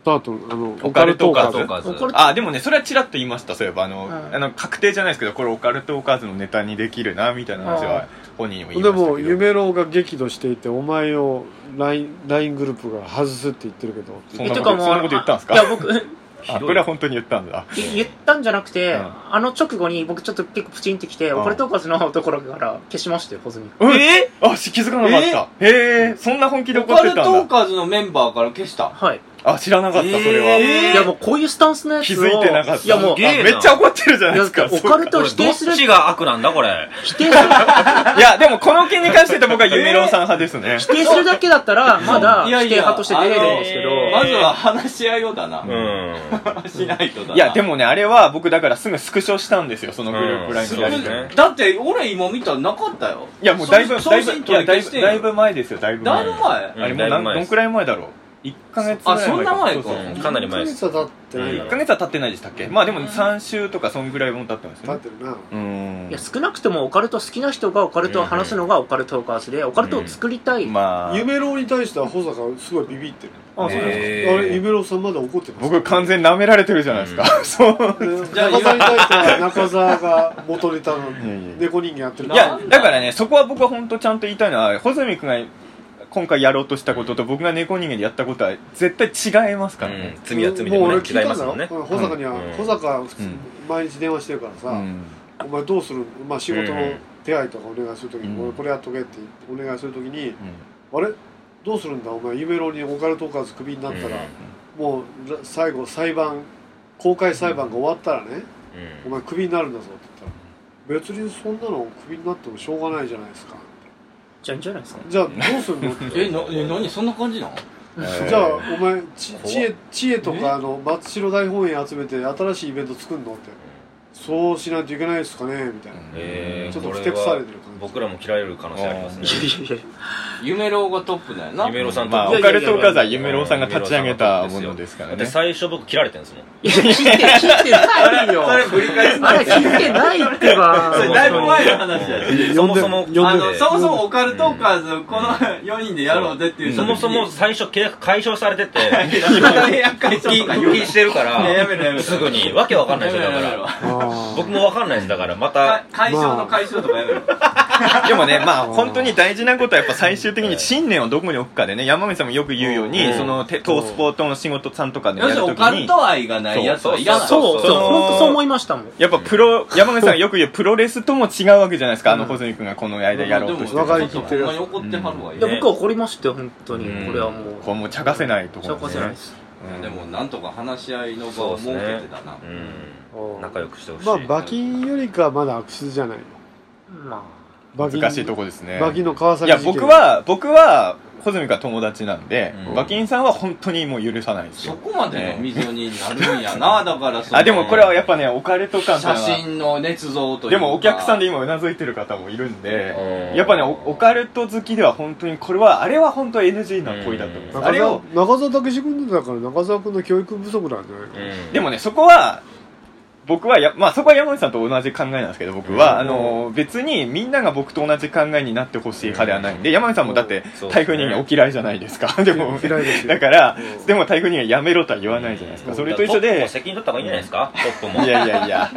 Speaker 1: タートルあの
Speaker 5: オカルト
Speaker 1: オ
Speaker 5: オカ
Speaker 1: カルト
Speaker 5: ルトオ
Speaker 1: ー
Speaker 5: カ
Speaker 1: カ
Speaker 6: カズ
Speaker 4: これ
Speaker 5: あ、でもね、それはちらっと言いました、そういえば。あの、
Speaker 4: うん
Speaker 5: あの確定じゃないですけど、これオカルトオカーズのネタにできるな、みたいな話は本人にも言いま
Speaker 1: で
Speaker 5: したけど。
Speaker 1: も夢郎が激怒していてお前を LINE グループが外すって言ってるけど
Speaker 5: そん
Speaker 4: え
Speaker 5: な
Speaker 4: て
Speaker 5: こ
Speaker 4: か
Speaker 5: と
Speaker 4: もう
Speaker 5: そんなこと言ったんですか
Speaker 4: いや僕い
Speaker 5: あこれは本当に言ったんだ
Speaker 4: 言ったんじゃなくて、
Speaker 5: うん
Speaker 4: あの直後に僕ちょっと結構プチンってきて、
Speaker 5: うん
Speaker 4: オカルトーカーズのところから消しましたよ穂積
Speaker 5: ええあし気づかなかったへえそんな本気で
Speaker 2: オ
Speaker 5: 怒っ
Speaker 2: カ
Speaker 5: て
Speaker 2: ルト
Speaker 5: た
Speaker 2: ー
Speaker 5: んだ
Speaker 2: カーズのメンバーから消した
Speaker 4: はい、
Speaker 5: あ知らなかったそれは
Speaker 4: えいやもうこういうスタンスのやつ
Speaker 5: 気
Speaker 4: を
Speaker 5: づいてなかった
Speaker 4: やもう
Speaker 5: あめっちゃ怒ってるじゃないですか
Speaker 4: いやオカルト
Speaker 6: これどっちが悪なんだこれ
Speaker 4: 否定する
Speaker 5: そういやでもこの件に関して言うと僕は夢郎さん派ですね
Speaker 4: 否定するだけだったら、まだ
Speaker 2: い
Speaker 4: 否
Speaker 2: や
Speaker 4: 定
Speaker 2: いや
Speaker 4: 派として出れるんですけど、
Speaker 2: まずは話し合いをだな
Speaker 6: うん
Speaker 2: しないとだない
Speaker 5: やでもねあれは僕だからすぐスクショしたんですよそのグループライン
Speaker 6: そ
Speaker 5: の
Speaker 6: う
Speaker 5: や
Speaker 6: で
Speaker 5: り
Speaker 6: す
Speaker 5: 取り
Speaker 6: ね
Speaker 2: だって俺今見たらなかったよ
Speaker 5: いやもうだいぶ
Speaker 2: 送
Speaker 5: だいぶ
Speaker 2: 信
Speaker 5: い
Speaker 2: 取り
Speaker 5: やだ
Speaker 2: 消
Speaker 5: い
Speaker 2: し
Speaker 5: ぶ
Speaker 2: てんよ
Speaker 5: だいぶ前ですよだいぶ
Speaker 2: だ
Speaker 5: 前
Speaker 2: いぶ前
Speaker 6: うん
Speaker 5: あれもう
Speaker 6: だい
Speaker 5: 何
Speaker 6: ぶ前
Speaker 5: ど
Speaker 6: です
Speaker 5: んくらい前だろう1ヶ月ぐら
Speaker 2: あ
Speaker 5: い
Speaker 2: そんな前か
Speaker 5: そうそうそう
Speaker 6: うんかなり前です
Speaker 1: 1ヶ月は経ってないだ
Speaker 5: 1
Speaker 1: ろ
Speaker 5: ヶ月は経ってないでしたっけまあでも3週とかそんぐらいも経ってますよ
Speaker 1: 経っ
Speaker 5: ね
Speaker 1: てるな
Speaker 5: うん
Speaker 4: いや少なくともオカルト好きな人がオカルトを話すのがオカルトーカーズで、オカルトを作りたい、
Speaker 5: まあ
Speaker 1: 夢郎に対しては保坂すごいビビってる
Speaker 4: あそうです
Speaker 1: あ
Speaker 6: え
Speaker 1: れ夢郎さんまだ怒ってます
Speaker 5: 僕完全に舐められてるじゃないですか、 そう
Speaker 1: で
Speaker 2: じゃあ
Speaker 1: 中澤に対しては中澤が元ネタの猫人間やってる
Speaker 5: いやだからねそこは僕は本当ちゃんと言いたいのは穂積君が今回やろうとしたことと僕が猫人間でやったことは絶対違います
Speaker 6: う
Speaker 5: からね
Speaker 6: ん、罪は罪で
Speaker 1: もう
Speaker 6: も
Speaker 1: 俺
Speaker 6: ね
Speaker 1: 聞
Speaker 6: 違
Speaker 1: いた
Speaker 6: い
Speaker 1: ん
Speaker 6: ます
Speaker 1: だ
Speaker 6: も
Speaker 1: ろ
Speaker 6: んね
Speaker 1: うん保坂には
Speaker 6: うん
Speaker 1: 保坂普通
Speaker 5: うん
Speaker 1: 毎日電話してるから
Speaker 5: う
Speaker 1: さ
Speaker 5: ん
Speaker 1: 「お前どうするまあ仕事
Speaker 6: う
Speaker 1: の
Speaker 6: ん
Speaker 1: 手配とかお願いするとき
Speaker 5: う
Speaker 1: に
Speaker 5: ん
Speaker 1: 俺これやっとけ」ってお願いするときに
Speaker 5: う
Speaker 1: 「
Speaker 5: ん
Speaker 1: あれどうするんだお前夢郎にオカルトーカーズクビになったらもうら最後裁判公開裁判が終わったらねお前クビになるんだぞ」って言ったら「別にそんなのクビになってもしょうがないじゃないですか」
Speaker 4: じゃあいいんじゃないですか、
Speaker 1: じゃあどうするの?」って
Speaker 2: えなえ何そんな感じなの
Speaker 1: じゃあお前ち知恵知恵とかあの松代大本営集めて新しいイベント作るのってそうしないといけないですかねみたいな
Speaker 6: えー
Speaker 1: ちょっと
Speaker 6: これ
Speaker 1: ふて
Speaker 6: は
Speaker 1: くされてる感じ
Speaker 6: 僕らも切られる可能性ありますね
Speaker 4: いやいやいや
Speaker 2: 夢郎がトップだよな。
Speaker 6: 夢郎さん
Speaker 5: まあ、オカルトお母さん、夢郎さんが立ち上げたものですから
Speaker 6: だって
Speaker 5: ね。
Speaker 6: 最初僕切られてるんですもん
Speaker 4: いや、聞いて、聞 いてないよ。
Speaker 2: それぶり返す
Speaker 4: あ
Speaker 2: な
Speaker 4: れ聞いてないってば。
Speaker 2: それだいぶ前の話だよ。
Speaker 6: そもそも
Speaker 2: あ
Speaker 6: あ
Speaker 2: の、
Speaker 6: の
Speaker 2: そもそもオカルトーカーズ、この4人でやろうぜっていう
Speaker 6: そもそも、最初契約解消さ れてて復帰復帰してるか
Speaker 2: いややめろやめ
Speaker 6: ら
Speaker 2: ろ
Speaker 6: すぐにわけわかんな
Speaker 2: や
Speaker 6: いで
Speaker 2: め
Speaker 6: す
Speaker 2: ろ
Speaker 6: よ
Speaker 2: や
Speaker 6: だ
Speaker 2: め
Speaker 6: か
Speaker 2: ろ
Speaker 6: ら。僕もわかんないですだからまた
Speaker 2: 解消の解消とかやめろ。
Speaker 5: でもね、まあ、本当に大事なことはやっぱ最終的に信念をどこに置くかでね、山口さんもよく言うように、
Speaker 6: うん
Speaker 5: その、てトースポートの仕事さんとかでや
Speaker 2: 要す
Speaker 5: る
Speaker 2: るに
Speaker 5: と
Speaker 2: オカ
Speaker 5: き
Speaker 2: ル
Speaker 5: に、
Speaker 2: ト愛がないやつはいらない。
Speaker 4: そう、そう、
Speaker 5: その
Speaker 4: 本当そう思いましたもん。
Speaker 5: やっぱプロ、山口さんがよく言うプロレスとも違うわけじゃないですか、あの細井君がこの間やろうとして
Speaker 2: でも
Speaker 5: る。
Speaker 1: 分かりきってる
Speaker 2: ほんまに怒ってはるわ
Speaker 4: い
Speaker 2: よ
Speaker 4: や、
Speaker 6: ね
Speaker 4: 僕は怒りましたよ、本当に
Speaker 6: う。ん
Speaker 4: これはもう。
Speaker 5: こうもう茶化せないとこ
Speaker 4: 証
Speaker 5: ろ
Speaker 4: 拠じゃないです。
Speaker 5: うん
Speaker 2: でも、なんとか話し合いの場
Speaker 6: そう
Speaker 2: を
Speaker 6: で
Speaker 2: 設
Speaker 6: す
Speaker 2: け
Speaker 6: ね
Speaker 2: てたな。
Speaker 6: うん仲良くしてほしい
Speaker 1: まあ馬琴よりかはまだ悪質じゃないの
Speaker 4: ま
Speaker 1: 馬琴
Speaker 5: 難しいとこですね。
Speaker 1: 馬琴の川
Speaker 5: い
Speaker 1: 崎
Speaker 5: や、
Speaker 1: 事件
Speaker 5: 僕は、僕は、穂積が友達なんで
Speaker 6: う、ん
Speaker 5: 馬琴さんは本当にもう許さないです
Speaker 2: そ
Speaker 5: よ。
Speaker 2: こまでの溝になるんやな、だからその
Speaker 5: あ、でもこれはやっぱね、オカルト感という
Speaker 2: 写
Speaker 5: のは
Speaker 2: 真の捏造というか
Speaker 5: でもお客さんで今うなずいてる方もいるんで、
Speaker 6: うん
Speaker 5: やっぱね、おオカルト好きでは本当に、これは、あれは本当 NG な行為だと思うんです。
Speaker 1: 中
Speaker 5: あれを
Speaker 1: 澤、中澤武志君だから中澤君の教育不足なんじゃないの
Speaker 6: うん
Speaker 5: でもね、そこは、僕はや、まあそこは山口さんと同じ考えなんですけど、僕は、あの、別にみんなが僕と同じ考えになってほしい派ではないんで、山口さんもだって
Speaker 6: そう、
Speaker 5: 台風人間お嫌いじゃないですか。でも、
Speaker 1: 嫌いですよ
Speaker 5: だから
Speaker 1: うん、
Speaker 5: でも台風人間やめろとは言わないじゃないですか。それと一
Speaker 6: トッ
Speaker 5: 緒
Speaker 6: プも
Speaker 5: で、
Speaker 6: 責任取った方がいいんじゃないですかトップ
Speaker 5: い
Speaker 6: も
Speaker 5: やいやいや、
Speaker 6: う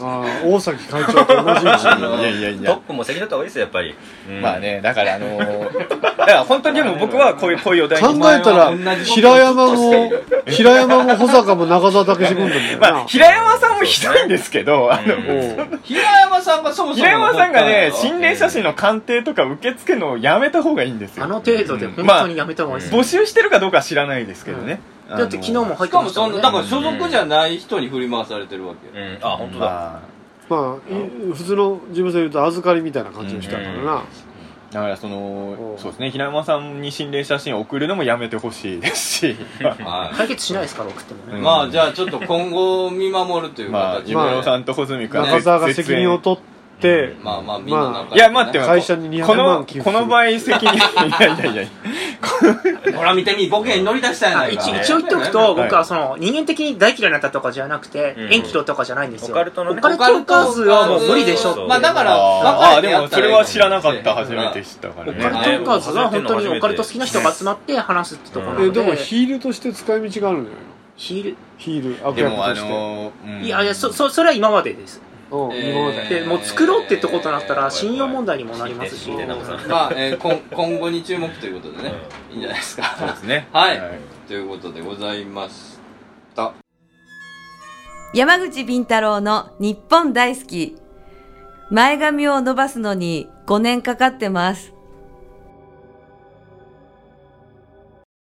Speaker 1: ああ大崎会長と同じ道
Speaker 5: い
Speaker 1: に
Speaker 5: やいやい
Speaker 6: んトッ
Speaker 5: や。
Speaker 6: プも責任取った方がいいですよやっぱりうん
Speaker 5: まあね、だからあのー、だから本当にでも僕はこういう、こういうお題
Speaker 1: 考
Speaker 5: に。
Speaker 1: えたら平山も平山も保坂も中澤武志君なんだよ
Speaker 5: まあ、
Speaker 1: な
Speaker 5: 平山さんもひどいんですけど、あの、
Speaker 1: おう
Speaker 2: 平山さんがそもそも
Speaker 5: 平山さんが
Speaker 2: 怒
Speaker 5: ね、
Speaker 2: った
Speaker 5: 心霊写真の鑑定とか受け付けのをやめた方がいいんです
Speaker 4: あ、あ
Speaker 5: よ。
Speaker 4: の程度で
Speaker 5: うん
Speaker 4: 本当にやめた方がいいです。
Speaker 5: 募集してるかどうかは知らないですけどね。
Speaker 4: だって昨日も入っ
Speaker 2: してか
Speaker 4: ま
Speaker 2: も
Speaker 4: し
Speaker 2: そ
Speaker 4: たもん
Speaker 2: の
Speaker 4: ね
Speaker 2: だ。から所属じゃない人に振り回されてるわけよ、
Speaker 6: うんあ本当だ
Speaker 5: まあ、
Speaker 1: まあい普通の事務所で言うと預かりみたいな感じの人だからな
Speaker 5: だからそ
Speaker 1: お
Speaker 5: の、
Speaker 1: う
Speaker 5: そうですね、平山さんに心霊写真を送るのもやめてほしいです し、
Speaker 2: は
Speaker 4: 解決しないですから、送っても
Speaker 5: う
Speaker 4: ね
Speaker 5: ん。
Speaker 2: い、まあじゃあちょっと今後を見守るという
Speaker 5: まあ、
Speaker 2: 形
Speaker 5: ジ
Speaker 2: で、
Speaker 5: ム
Speaker 2: まあ、
Speaker 5: ロさんと穂積君は
Speaker 1: 中澤が責任を
Speaker 5: 絶
Speaker 1: 取
Speaker 5: 縁
Speaker 1: って
Speaker 2: まあみんな仲良くね
Speaker 5: いや、待って、
Speaker 1: 会社に200
Speaker 5: この
Speaker 1: 万寄付する
Speaker 5: この場合責任、いやいやいや、
Speaker 2: ほら見てみボケに乗り出したや
Speaker 4: あ
Speaker 2: ない
Speaker 4: 一
Speaker 2: か
Speaker 4: 一応言っておく
Speaker 2: ね
Speaker 4: と、僕はその人間的に大嫌いになったとかじゃなくて、
Speaker 6: うん
Speaker 4: 縁切ろうとかじゃないんですよ。
Speaker 6: オカルトのね
Speaker 4: オカルトカーズはもう無理でしょっ
Speaker 6: そう
Speaker 4: て。
Speaker 2: まあだから
Speaker 5: あーあー、
Speaker 2: 別れて
Speaker 5: で
Speaker 2: や
Speaker 5: も
Speaker 2: ったら
Speaker 5: そ
Speaker 2: い
Speaker 5: れ
Speaker 2: いかも
Speaker 5: は知らなかった、初めて知ったから
Speaker 4: オ
Speaker 5: ね。
Speaker 4: カルトカーズは本当にオカルト好きな人が集まって話すってところな
Speaker 1: え
Speaker 4: の
Speaker 1: で
Speaker 4: で、
Speaker 1: もヒールとして使い道があるのよ
Speaker 4: ヒール、
Speaker 1: ヒール悪
Speaker 5: で
Speaker 1: 役
Speaker 5: もあ
Speaker 1: として
Speaker 5: のー、うん
Speaker 4: いやいや、そ、そそれは今までです。
Speaker 1: うん
Speaker 2: えー
Speaker 1: 今まで
Speaker 4: で、もう作ろうってとことなったら信用問題にもなりますし
Speaker 6: 死ん。で死んで直さない
Speaker 2: まあ、えー、今 今後に注目ということでね、いいんじゃないです
Speaker 5: そう
Speaker 2: か
Speaker 5: ですね。
Speaker 2: はいということでございました
Speaker 9: 山口敏太郎の日本大好き。前髪を伸ばすのに5年かかってます。